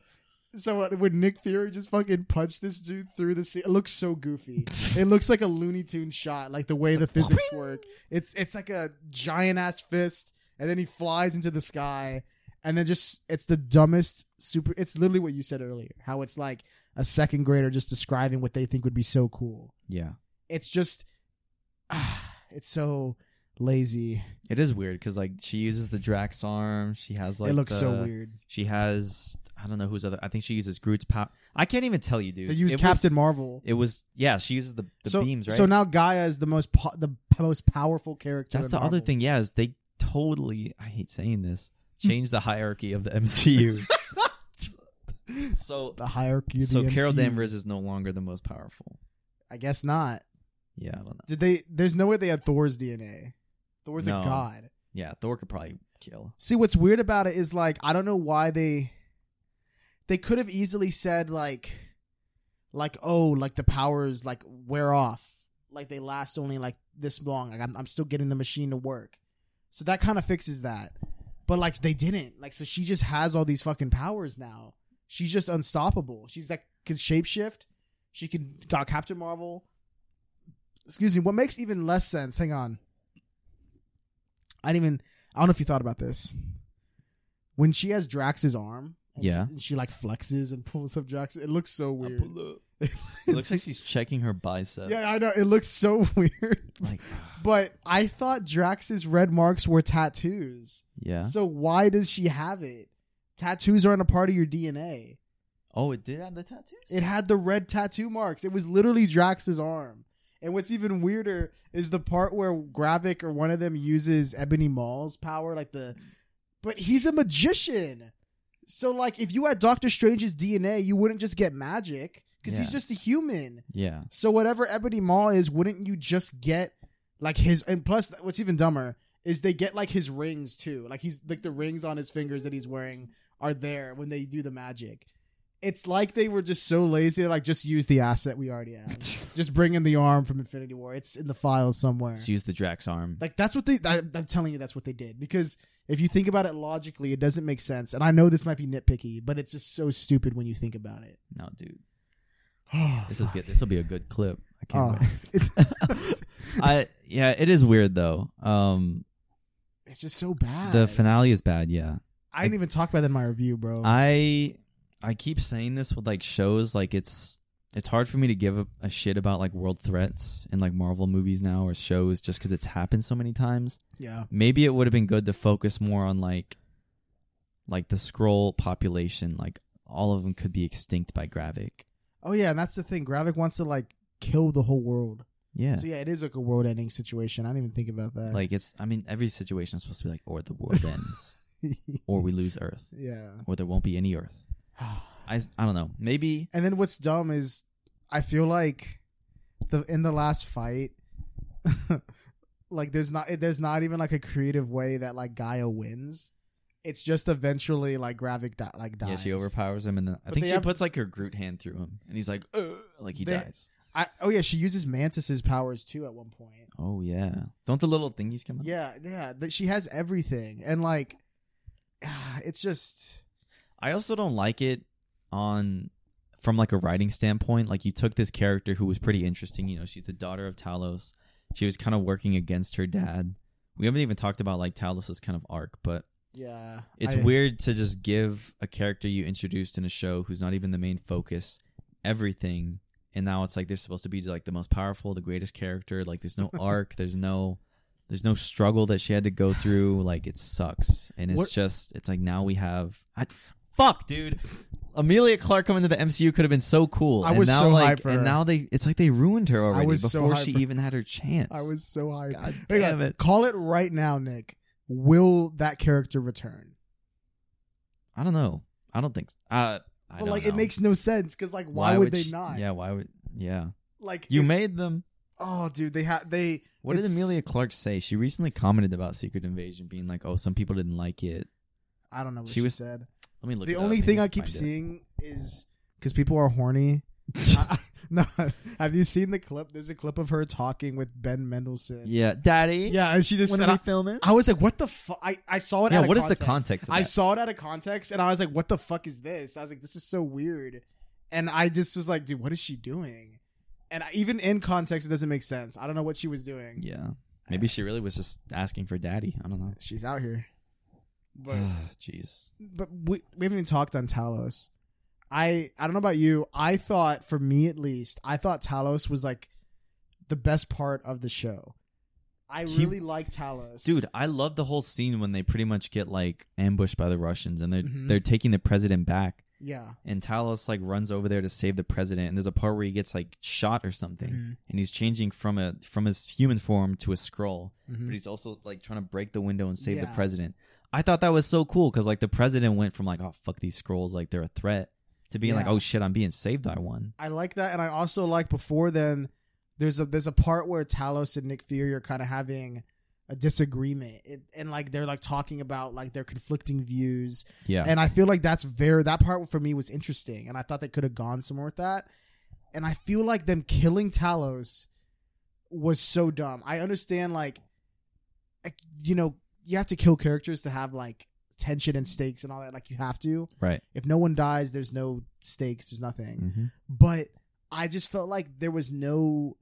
S1: So uh, when Nick Fury just fucking punched this dude through the sea, it looks so goofy. It looks like a Looney Tune shot, like the way the physics work. It's it's like a giant ass fist, and then he flies into the sky, and then just it's the dumbest super. It's literally what you said earlier, how it's like a second grader just describing what they think would be so cool.
S2: Yeah,
S1: It's just, ah, it's so lazy.
S2: it is weird because like she uses the Drax arm. She has like
S1: it looks so
S2: the-
S1: weird.
S2: She has I don't know who's other. I think she uses Groot's power. I can't even tell you, dude.
S1: They use
S2: It
S1: Captain
S2: Was,
S1: Marvel.
S2: it was yeah. She uses the the
S1: so,
S2: beams right.
S1: So now Gaia is the most po- the p- most powerful character.
S2: That's
S1: in
S2: the other
S1: Marvel.
S2: thing. Yeah, is they totally. I hate saying this.
S1: Hmm.
S2: Change the hierarchy of the MCU. so
S1: The hierarchy. Of
S2: so
S1: the
S2: Carol
S1: MCU.
S2: Danvers is no longer the most powerful.
S1: I guess not.
S2: Yeah, I don't know.
S1: Did they? There's no way they had Thor's DNA. Thor's
S2: No.
S1: a god.
S2: Yeah, Thor could probably kill.
S1: See, what's weird about it is like I don't know why they they could have easily said like like oh like the powers like wear off like they last only like this long like I'm I'm still getting the machine to work so that kind of fixes that but like they didn't like so she just has all these fucking powers now she's just unstoppable she's like can shapeshift she can got Captain Marvel excuse me what makes even less sense hang on I didn't even I don't know if you thought about this when she has Drax's arm and
S2: Yeah.
S1: she, and she like flexes and pulls up Drax it looks so weird
S2: it looks like she's checking her bicep.
S1: yeah, I know. It looks so weird.
S2: Like,
S1: But I thought Drax's red marks were tattoos.
S2: yeah.
S1: So why does she have it? Tattoos aren't a part of your DNA.
S2: Oh, it did have the tattoos.
S1: It had the red tattoo marks. It was literally Drax's arm. And what's even weirder is the part where Gravik or one of them uses Ebony Mall's power, like the. But he's a magician. So, like, if you had Doctor Strange's DNA, you wouldn't just get magic because
S2: Yeah.
S1: he's just a human.
S2: yeah.
S1: So whatever Ebony Maw is, wouldn't you just get like his? And plus, what's even dumber is they get like his rings too. Like he's like the rings on his fingers that he's wearing are there when they do the magic. It's like they were just so lazy. They're like, just use the asset we already have. just bring in the arm from Infinity War. It's in the files somewhere.
S2: She used the Drax arm.
S1: Like that's what they. I, I'm telling you, that's what they did. Because if you think about it logically, it doesn't make sense. And I know this might be nitpicky, but it's just so stupid when you think about it.
S2: No, dude, this is good. This will be a good clip. I can't
S1: Oh,
S2: wait.
S1: it's
S2: I yeah, it is weird though. Um,
S1: it's just so bad.
S2: the finale is bad. Yeah,
S1: I didn't even talk about that in my review, bro.
S2: I I keep saying this with like shows like it's it's hard for me to give a, a shit about like world threats and like Marvel movies now or shows just because it's happened so many times.
S1: yeah.
S2: Maybe it would have been good to focus more on like like the scroll population. Like all of them could be extinct by Gravik.
S1: Oh yeah, and that's the thing. Gravik wants to like kill the whole world.
S2: Yeah.
S1: So yeah, it is like a world-ending situation. I didn't even think about that.
S2: Like it's I mean every situation is supposed to be like or the world ends or we lose Earth
S1: yeah.
S2: or there won't be any Earth. I s- I don't know. Maybe
S1: And then what's dumb is I feel like the in the last fight like there's not there's not even like a creative way that like Gaia wins. It's just eventually like Gravik di- like dies.
S2: yeah she overpowers him and then I
S1: But
S2: think
S1: they
S2: she
S1: have-
S2: puts like her Groot hand through him and he's like "Ugh," like he
S1: They-
S2: dies.
S1: I, oh yeah, she uses Mantis's powers too at one point.
S2: Oh yeah. Don't the little thingies come out?
S1: Mm. Yeah, yeah, that she has everything and like it's just
S2: I also don't like it on from like a writing standpoint. Like you took this character who was pretty interesting. You know, she's the daughter of Talos. She was kind of working against her dad. We haven't even talked about like Talos's kind of arc, but
S1: yeah.
S2: It's
S1: I-
S2: weird to just give a character you introduced in a show who's not even the main focus everything, and now it's like they're supposed to be like the most powerful, the greatest character. Like there's no arc, there's no, there's no struggle that she had to go through. Like it sucks, and it's
S1: What-
S2: just it's like now we have, I, fuck, dude. Amelia Clark coming to the MCU could have been so cool.
S1: I
S2: and
S1: was
S2: now,
S1: so
S2: like,
S1: hyped for
S2: And
S1: her.
S2: now they, it's like they ruined her already
S1: was so
S2: before
S1: hyped
S2: she
S1: for-
S2: even had her chance.
S1: I was so hyped.
S2: God
S1: Hang
S2: damn
S1: on.
S2: it.
S1: Call it right now, Nick. Will that character return?
S2: I don't know. I don't think. So. Uh, I
S1: But
S2: don't
S1: like, it
S2: know.
S1: makes no sense because like, why, would, they
S2: sh-
S1: not?
S2: Yeah, why would? Yeah,
S1: Like
S2: you
S1: it-
S2: made them.
S1: Oh, dude, they had they.
S2: What
S1: it's-
S2: did Amelia Clark say? She recently commented about Secret Invasion being like, "Oh, some people didn't like it."
S1: I don't know. What
S2: She
S1: she,
S2: was-
S1: said.
S2: Let me look.
S1: The
S2: it up.
S1: only
S2: Maybe
S1: thing
S2: I'll
S1: I keep
S2: find it.
S1: seeing is because people are horny. I- no, have you seen the clip? There's a clip of her talking with Ben Mendelsohn.
S2: yeah, Daddy.
S1: Yeah, and she just
S2: when
S1: said,
S2: are we
S1: I,
S2: filming?
S1: I was like, what the fuck? I, I saw it.
S2: yeah,
S1: out of
S2: what is
S1: context.
S2: the context? Of
S1: I
S2: that?
S1: saw it out of context and I was like, what the fuck is this? I was like, this is so weird. And I just was like, dude, what is she doing? And I, even in context, it doesn't make sense. I don't know what she was doing.
S2: yeah, maybe she really was just asking for Daddy. I don't know.
S1: She's out here. But
S2: Jeez.
S1: but we, we haven't even talked on Talos. I I don't know about you. I thought for me at least, I thought Talos was like the best part of the show. I
S2: He-
S1: really like Talos.
S2: Dude, I love the whole scene when they pretty much get like ambushed by the Russians and they're
S1: Mhm.
S2: they're taking the president back
S1: Yeah.
S2: and Talos like runs over there to save the president and there's a part where he gets like shot or something
S1: Mhm.
S2: and he's changing from a from his human form to a scroll
S1: Mhm.
S2: but he's also like trying to break the window and save the
S1: Yeah.
S2: president. I thought that was so cool because like the president went from like oh fuck these scrolls like they're a threat to being like
S1: Yeah.
S2: oh shit I'm being saved by one.
S1: I like that, and I also like before then. There's a there's a part where Talos and Nick Fury are kind of having a disagreement, it, and like they're like talking about like their conflicting views,
S2: Yeah,
S1: and I feel like that's very that part for me was interesting, and I thought they could have gone somewhere with that, and I feel like them killing Talos was so dumb. I understand like, like, you know you have to kill characters to have like tension and stakes and all that, like you have to.
S2: right.
S1: If no one dies, there's no stakes, there's nothing
S2: Mhm.
S1: but I just felt like there was no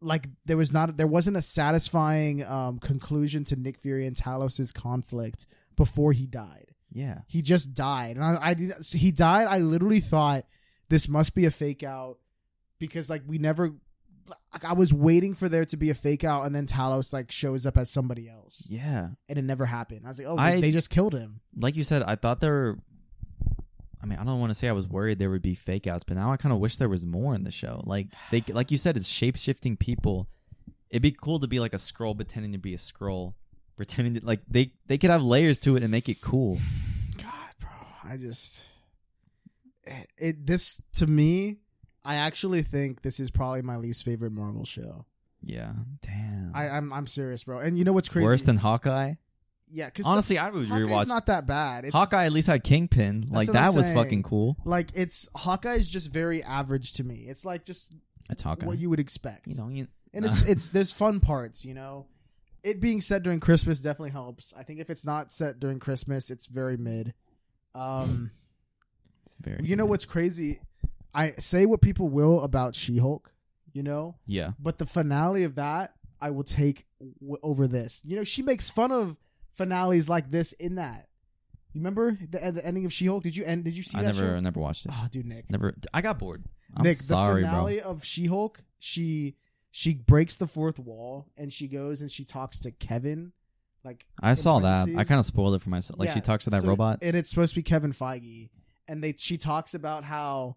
S1: like there was not there wasn't a satisfying um conclusion to Nick Fury and Talos's conflict before he died.
S2: Yeah,
S1: He just died. And I, I did so he died, I literally thought this must be a fake out because like we never like I was waiting for there to be a fake out and then Talos like shows up as somebody else
S2: yeah.
S1: and it never happened. I was like, "Oh, they,
S2: I-
S1: they just killed him."
S2: Like you said, I thought there. Were, I mean, I don't want to say I was worried there would be fake outs, but now I kind of wish there was more in the show. Like they, like you said, it's shape shifting people. It'd be cool to be like a scroll pretending to be a scroll, pretending to like they they could have layers to it and make it cool.
S1: God, bro, I just it, it this to me. I actually think this is probably my least favorite Marvel show.
S2: Yeah, damn.
S1: I, I'm I'm serious, bro. And you know what's crazy?
S2: Mm. Worse than Hawkeye.
S1: yeah, because
S2: Honestly, I would
S1: Hawkeye's
S2: rewatch
S1: not that bad. It's,
S2: Hawkeye. At least had Kingpin. Like
S1: what I'm
S2: that was
S1: saying.
S2: fucking cool.
S1: like it's Hawkeye is just very average to me. It's like just
S2: It's Hawkeye.
S1: what you would expect,
S2: You know, you,
S1: and it's it's there's fun parts, you know. It being set during Christmas definitely helps. I think if it's not set during Christmas, it's very mid. Um.
S2: it's very.
S1: You know what's crazy? I say what people will about She-Hulk, you know,
S2: Yeah,
S1: but the finale of that I will take w- over this. You know, she makes fun of finales like this in that. You remember the, at the ending of She-Hulk? Did you end? Did you see
S2: I
S1: that?
S2: never,
S1: show?
S2: never watched it.
S1: Oh, dude, Nick.
S2: Never. I got bored. I'm
S1: Nick,
S2: sorry,
S1: the
S2: bro.
S1: finale of She-Hulk, she she breaks the fourth wall and she goes and she talks to Kevin. Like
S2: I
S1: in
S2: saw that. I
S1: parentheses.
S2: kind of spoiled it for myself. Like
S1: Yeah,
S2: she talks to that
S1: so-
S2: robot.
S1: and it's supposed to be Kevin Feige, and they she talks about how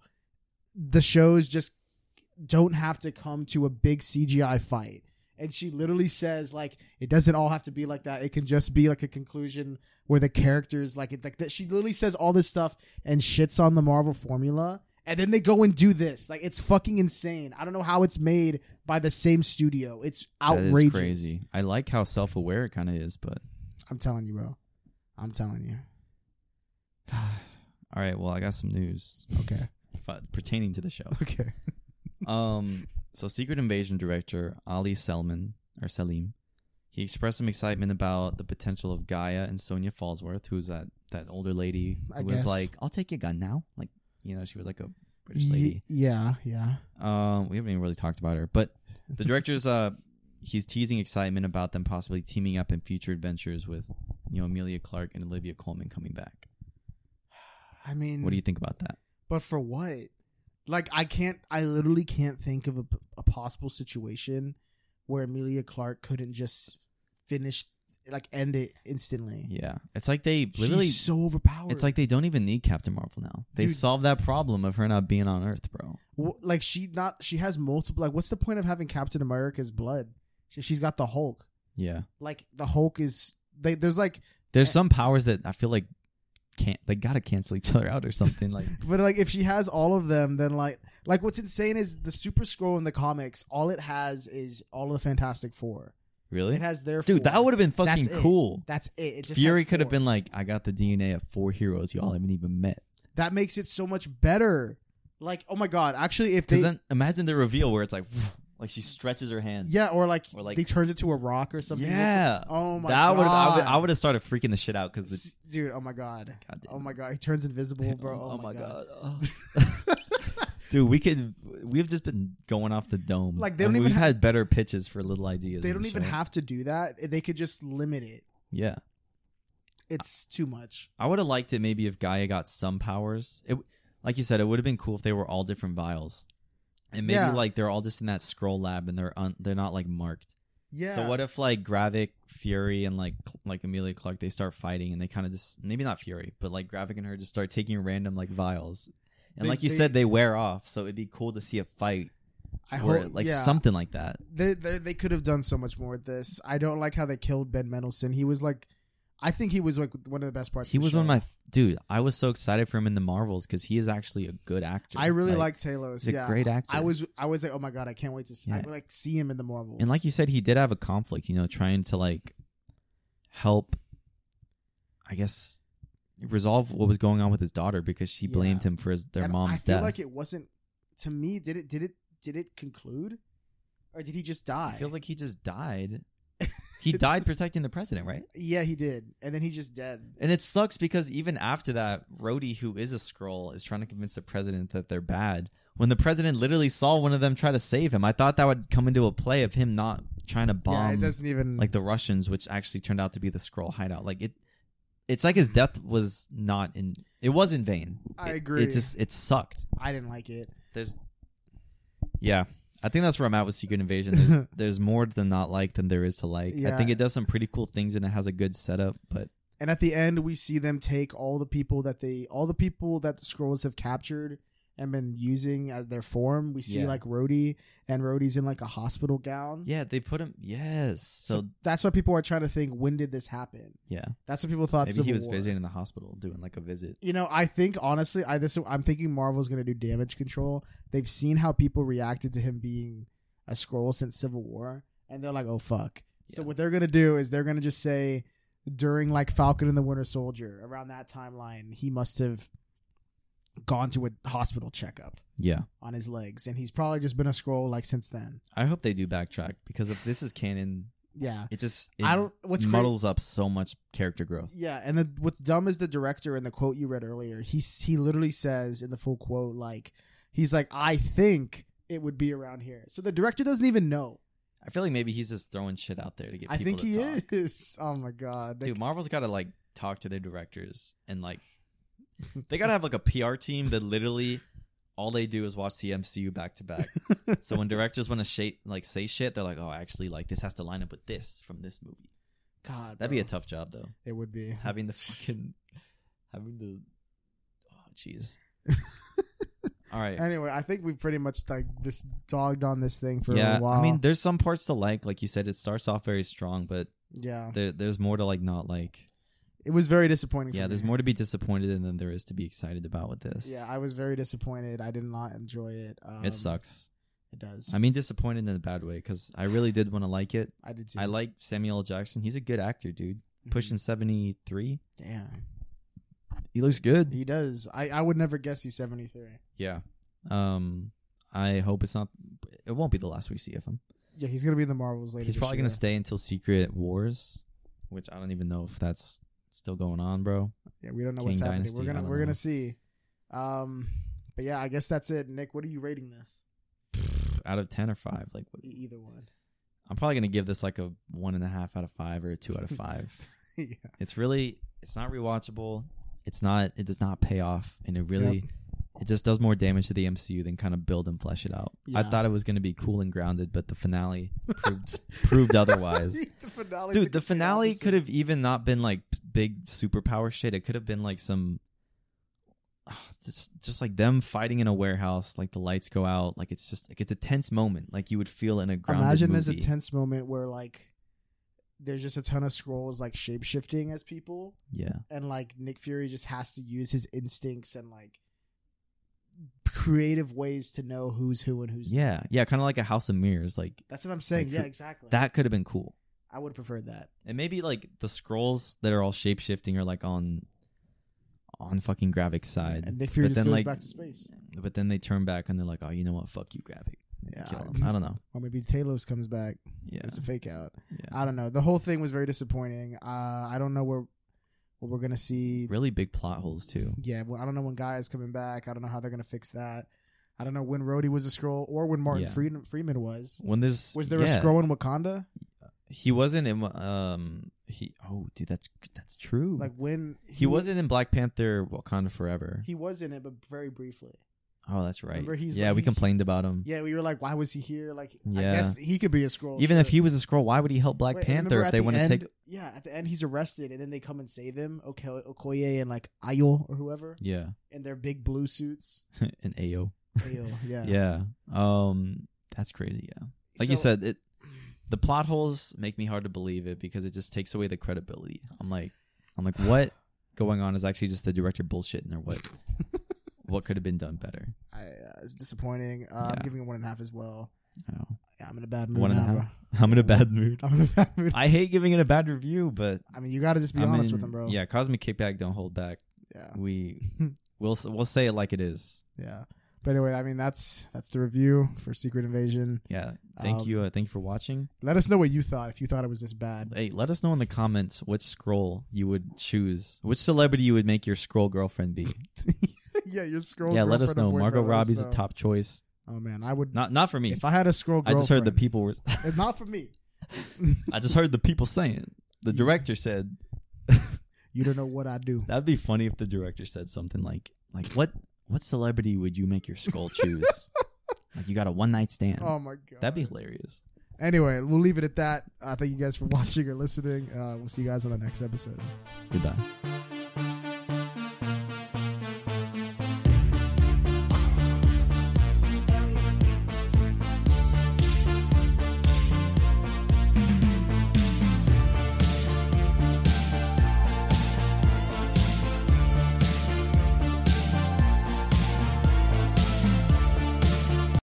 S1: the shows just don't have to come to a big CGI fight, and she literally says like it doesn't all have to be like that. It can just be like a conclusion where the characters like it like that. She literally says all this stuff and shits on the Marvel formula. And then they go and do this. Like it's fucking insane. I don't know how it's made by the same studio. It's
S2: That is
S1: outrageous.
S2: crazy. I like how self-aware it kind of is, but
S1: I'm telling you, bro. I'm telling you.
S2: all right. Well, I got some news
S1: Okay.
S2: f- pertaining to the show.
S1: Okay.
S2: Um, so Secret Invasion director Ali Selman or Selim, he expressed some excitement about the potential of Gaia and Sonia Fallsworth, who's that that older lady
S1: I
S2: who was
S1: guess.
S2: like, "I'll take your gun now." Like, you know, she was like a British
S1: Ye-
S2: lady.
S1: yeah, yeah.
S2: Um, we haven't even really talked about her, but the director's uh, he's teasing excitement about them possibly teaming up in future adventures with you know Amelia Clark and Olivia Colman coming back.
S1: I mean,
S2: What do you think about that?
S1: but for what? Like, I can't. I literally can't think of a, a possible situation where Amelia Clark couldn't just finish, like, end it instantly.
S2: Yeah, it's like they literally.
S1: She's so overpowered.
S2: It's like they don't even need Captain Marvel now. They
S1: Dude.
S2: solved that problem of her not being on Earth, bro.
S1: Wh- like she not. She has multiple. Like, what's the point of having Captain America's blood? She, she's got the Hulk.
S2: Yeah,
S1: Like the Hulk is. They, there's like,
S2: there's some powers that I feel like can't. They gotta cancel each other out or something. Like
S1: but like if she has all of them, then like, like what's insane is the Super Scroll in the comics. All it has is all of the Fantastic Four.
S2: really,
S1: It has their
S2: dude,
S1: four.
S2: that would have been fucking
S1: That's it.
S2: cool.
S1: That's it. it just
S2: Fury
S1: has
S2: could have
S1: four.
S2: been like, I got the DNA of four heroes y'all haven't even met.
S1: That makes it so much better. Like, oh my god! Actually, if they
S2: Because then imagine the reveal where it's like, like she stretches her hand.
S1: yeah, or like,
S2: Or, like-
S1: they turns it to a rock or something.
S2: yeah.
S1: Oh my
S2: that
S1: god!
S2: would I would I would have started freaking the shit out because
S1: S- dude. Oh my god.
S2: God damn
S1: Oh
S2: it.
S1: my god! He turns invisible, bro. Oh, my god.
S2: Ugh. Dude, we could. We've just been going off the dome.
S1: Like, they
S2: And
S1: don't even
S2: We've
S1: ha-
S2: had better pitches for little ideas.
S1: They
S2: in
S1: don't
S2: the
S1: even
S2: show.
S1: have to do that. They could just limit it.
S2: Yeah,
S1: It's too much.
S2: I would have liked it maybe if Gaia got some powers. It, like you said, it would have been cool if they were all different vials, and maybe
S1: Yeah.
S2: like they're all just in that scroll lab and they're un- they're not like marked.
S1: Yeah.
S2: So what if like Gravik, Fury, and like like Amelia Clark they start fighting and they kind of just maybe not Fury, but like Gravik and her just start taking random like vials, and
S1: They-
S2: like you
S1: they-
S2: said they wear off, so it'd be cool to see a fight
S1: I
S2: or
S1: hope
S2: like
S1: yeah.
S2: something like that.
S1: They, they they could have done so much more with this. I don't like how they killed Ben Mendelsohn. He was like, I think he was like one of the best parts.
S2: He
S1: of the
S2: was one of
S1: show.
S2: my dude. I was so excited for him in the Marvels because he is actually a good actor.
S1: I really like Talos.
S2: he's a
S1: yeah,
S2: great actor.
S1: I was I was like, oh my god, I can't wait to see. I
S2: Yeah.
S1: would like see him in the Marvels.
S2: and like you said, he did have a conflict. You know, trying to like help, I guess, resolve what was going on with his daughter because she
S1: Yeah.
S2: blamed him for his their
S1: And
S2: mom's
S1: I feel
S2: death.
S1: like it wasn't to me. Did it? Did it? Did it conclude, or did he just die?
S2: It feels like he just died. He
S1: It's
S2: died
S1: just-
S2: protecting the president, right?
S1: yeah, he did, and then he just dead.
S2: And it sucks because even after that, Rhodey, who is a scroll, is trying to convince the president that they're bad. When the president literally saw one of them try to save him, I thought that would come into a play of him not trying to
S1: yeah, it
S2: bomb
S1: doesn't even
S2: like the Russians, which actually turned out to be the scroll hideout. Like it, it's like his death was not in. It was in vain.
S1: I
S2: It-
S1: agree.
S2: It just it sucked.
S1: I didn't like it.
S2: There's, yeah, I think that's where I'm at with Secret Invasion. There's, there's more to not like than there is to like. I think
S1: Yeah.
S2: it does some pretty cool things and it has a good setup, but
S1: And at the end, we see them take all the people that they, all the people that the scrolls have captured and been using as their form. We see
S2: Yeah.
S1: like Rhodey, and Rhodey's in like a hospital gown.
S2: yeah, they put him. Yes, so
S1: that's why people are trying to think when did this happen.
S2: yeah,
S1: That's what people thought.
S2: maybe
S1: Civil
S2: he was
S1: War.
S2: visiting the hospital doing like a visit.
S1: you know, I think honestly, I this I'm thinking Marvel's gonna do damage control. They've seen how people reacted to him being a scroll since Civil War, and they're like, oh fuck. So
S2: Yeah.
S1: what they're gonna do is they're gonna just say during like Falcon and the Winter Soldier around that timeline, he must have gone to a hospital checkup
S2: Yeah,
S1: on his legs, and he's probably just been a scroll like since then.
S2: I hope they do backtrack because if this is canon,
S1: Yeah,
S2: it just it
S1: I don't. What's cra-
S2: muddles up so much character growth.
S1: Yeah, and the, what's dumb is the director in the quote you read earlier. He s- he literally says in the full quote like he's like I think it would be around here. So the director doesn't even know.
S2: I feel like maybe he's just throwing shit out there to get.
S1: I
S2: people
S1: think
S2: to
S1: he
S2: talk.
S1: is. Oh my god. They-
S2: Dude, Marvel's got to like talk to their directors and like they gotta have like a PR team that literally all they do is watch the MCU back to back. So when directors want to shape like say shit, they're like, oh, actually, like this has to line up with this from this movie.
S1: God,
S2: That'd be a
S1: bro.
S2: tough job though.
S1: It would be.
S2: Having the fucking, having the, oh jeez. all right.
S1: Anyway, I think we've pretty much like just dogged on this thing for
S2: yeah,
S1: a while.
S2: I mean, there's some parts to like. Like you said, it starts off very strong, but
S1: yeah,
S2: there, there's more to like not like.
S1: it was very disappointing.
S2: Yeah,
S1: for
S2: there's
S1: me.
S2: more to be disappointed in than there is to be excited about with this.
S1: Yeah, I was very disappointed. I did not enjoy it. Um,
S2: it sucks.
S1: It does.
S2: I mean, disappointed in a bad way because I really did want to like it.
S1: I did too.
S2: I like Samuel L. Jackson. He's a good actor, dude.
S1: Mhm.
S2: Pushing 73.
S1: Damn,
S2: He looks good.
S1: he does. I I would never guess he's seventy three.
S2: Yeah. Um, I hope it's not. It won't be the last we see of him.
S1: Yeah, he's gonna be in the Marvels later.
S2: He's
S1: this
S2: probably gonna
S1: year.
S2: stay until Secret Wars, which I don't even know if that's still going on, bro.
S1: Yeah, we don't know
S2: King
S1: what's happening.
S2: Dynasty,
S1: we're
S2: I
S1: gonna
S2: don't
S1: we're
S2: know.
S1: gonna see. Um, but yeah, I guess that's it. Nick, what are you rating this?
S2: Out of ten or five, like what-
S1: E- Either one.
S2: I'm probably gonna give this like a one and a half out of five or a two out of five.
S1: yeah.
S2: it's really it's not rewatchable. It's not. It does not pay off, and it really it just does more damage to the MCU than kind of build and flesh it out. I
S1: Yeah.
S2: thought it was gonna be cool and grounded, but the finale proved proved otherwise.
S1: the finale.
S2: Dude, the finale could have even not been like big superpower shit. It could have been like some just just like them fighting in a warehouse, like the lights go out, like it's just like it's a tense moment, like you would feel in a grounded
S1: imagine
S2: movie.
S1: there's a tense moment where like there's just a ton of scrolls like shape shifting as people,
S2: yeah.
S1: and like Nick Fury just has to use his instincts and like creative ways to know who's who and who's.
S2: Yeah, yeah, kind of like a House of Mirrors. Like
S1: That's what I'm saying.
S2: Like,
S1: yeah,
S2: who-
S1: exactly.
S2: that could have been cool.
S1: I would have preferred that.
S2: And maybe like the scrolls that are all shape shifting are like on on fucking Gravik's side.
S1: And Nick Fury
S2: but
S1: just
S2: then
S1: goes
S2: like
S1: back to space.
S2: but then they turn back and they're like, oh, you know what? Fuck you, Gravik.
S1: Yeah.
S2: Kill him. I don't know.
S1: Or maybe Talos comes back.
S2: Yeah,
S1: It's a fake out.
S2: yeah.
S1: I don't know. The whole thing was very disappointing. Uh, I don't know where what we're gonna see.
S2: Really big plot holes too.
S1: Yeah, well, I don't know when Guy is coming back. I don't know how they're gonna fix that. I don't know when Rhodey was a scroll or when Martin
S2: Yeah.
S1: Freeman, Freeman was.
S2: When there's
S1: Was there a
S2: yeah,
S1: scroll in Wakanda?
S2: He wasn't in. Um, he. Oh, dude, that's that's true.
S1: Like when
S2: he, wasn't in Black Panther: Wakanda Forever.
S1: He was in it, but very briefly.
S2: oh, that's right.
S1: Remember he's
S2: yeah,
S1: like-
S2: we
S1: he-
S2: complained about him.
S1: Yeah, we were like, why was he here? Like, I
S2: Yeah.
S1: guess he could be a scroll.
S2: Even if he was a scroll, why would he help Black Panther if they want to take?
S1: Yeah, at the end he's arrested, and then they come and save him. Okay, Okoye and like Ayo or whoever
S2: Yeah,
S1: in their big blue suits.
S2: an AO.
S1: Ayo, yeah,
S2: Yeah. Um, that's crazy. Yeah, like you
S1: So-
S2: said, it. The plot holes make me hard to believe it because it just takes away the credibility. I'm like, I'm like, what going on is actually just the director bullshitting or what? what could have been done better?
S1: I, uh, it's disappointing. Uh, I'm
S2: Yeah.
S1: giving it one and a half as well.
S2: Oh.
S1: Yeah, I'm in a bad mood
S2: One and a
S1: now,
S2: half? I'm in a bad mood.
S1: bro. I'm in a bad mood.
S2: I hate giving it a bad review, but
S1: I mean, you got to just be
S2: I
S1: honest
S2: mean,
S1: with him, bro.
S2: Yeah, cosmic kickback, don't hold back.
S1: yeah,
S2: We we'll s- we'll say it like it is.
S1: yeah. But anyway, I mean, that's that's the review for Secret Invasion.
S2: Yeah, thank
S1: Um,
S2: you, uh, thank you for watching.
S1: Let us know what you thought. If you thought it was this bad,
S2: Hey, let us know in the comments which scroll you would choose, which celebrity you would make your scroll girlfriend be.
S1: yeah, your scroll.
S2: yeah, let us
S1: girlfriend or
S2: know. Margot
S1: boyfriend, let us
S2: Robbie's a
S1: know.
S2: top choice.
S1: Oh man, I would.
S2: Not not for me.
S1: If I had a scroll
S2: I
S1: girlfriend,
S2: just heard the people were.
S1: It's not for me.
S2: I just heard the people saying. The
S1: Yeah.
S2: director said
S1: You don't know what I do.
S2: that'd be funny if the director said something like like what what celebrity would you make your scroll choose? like you got a one night stand.
S1: Oh my god,
S2: That'd be hilarious.
S1: Anyway, we'll leave it at that. Uh, thank you guys for watching or listening. Uh, we'll see you guys on the next episode.
S2: Goodbye.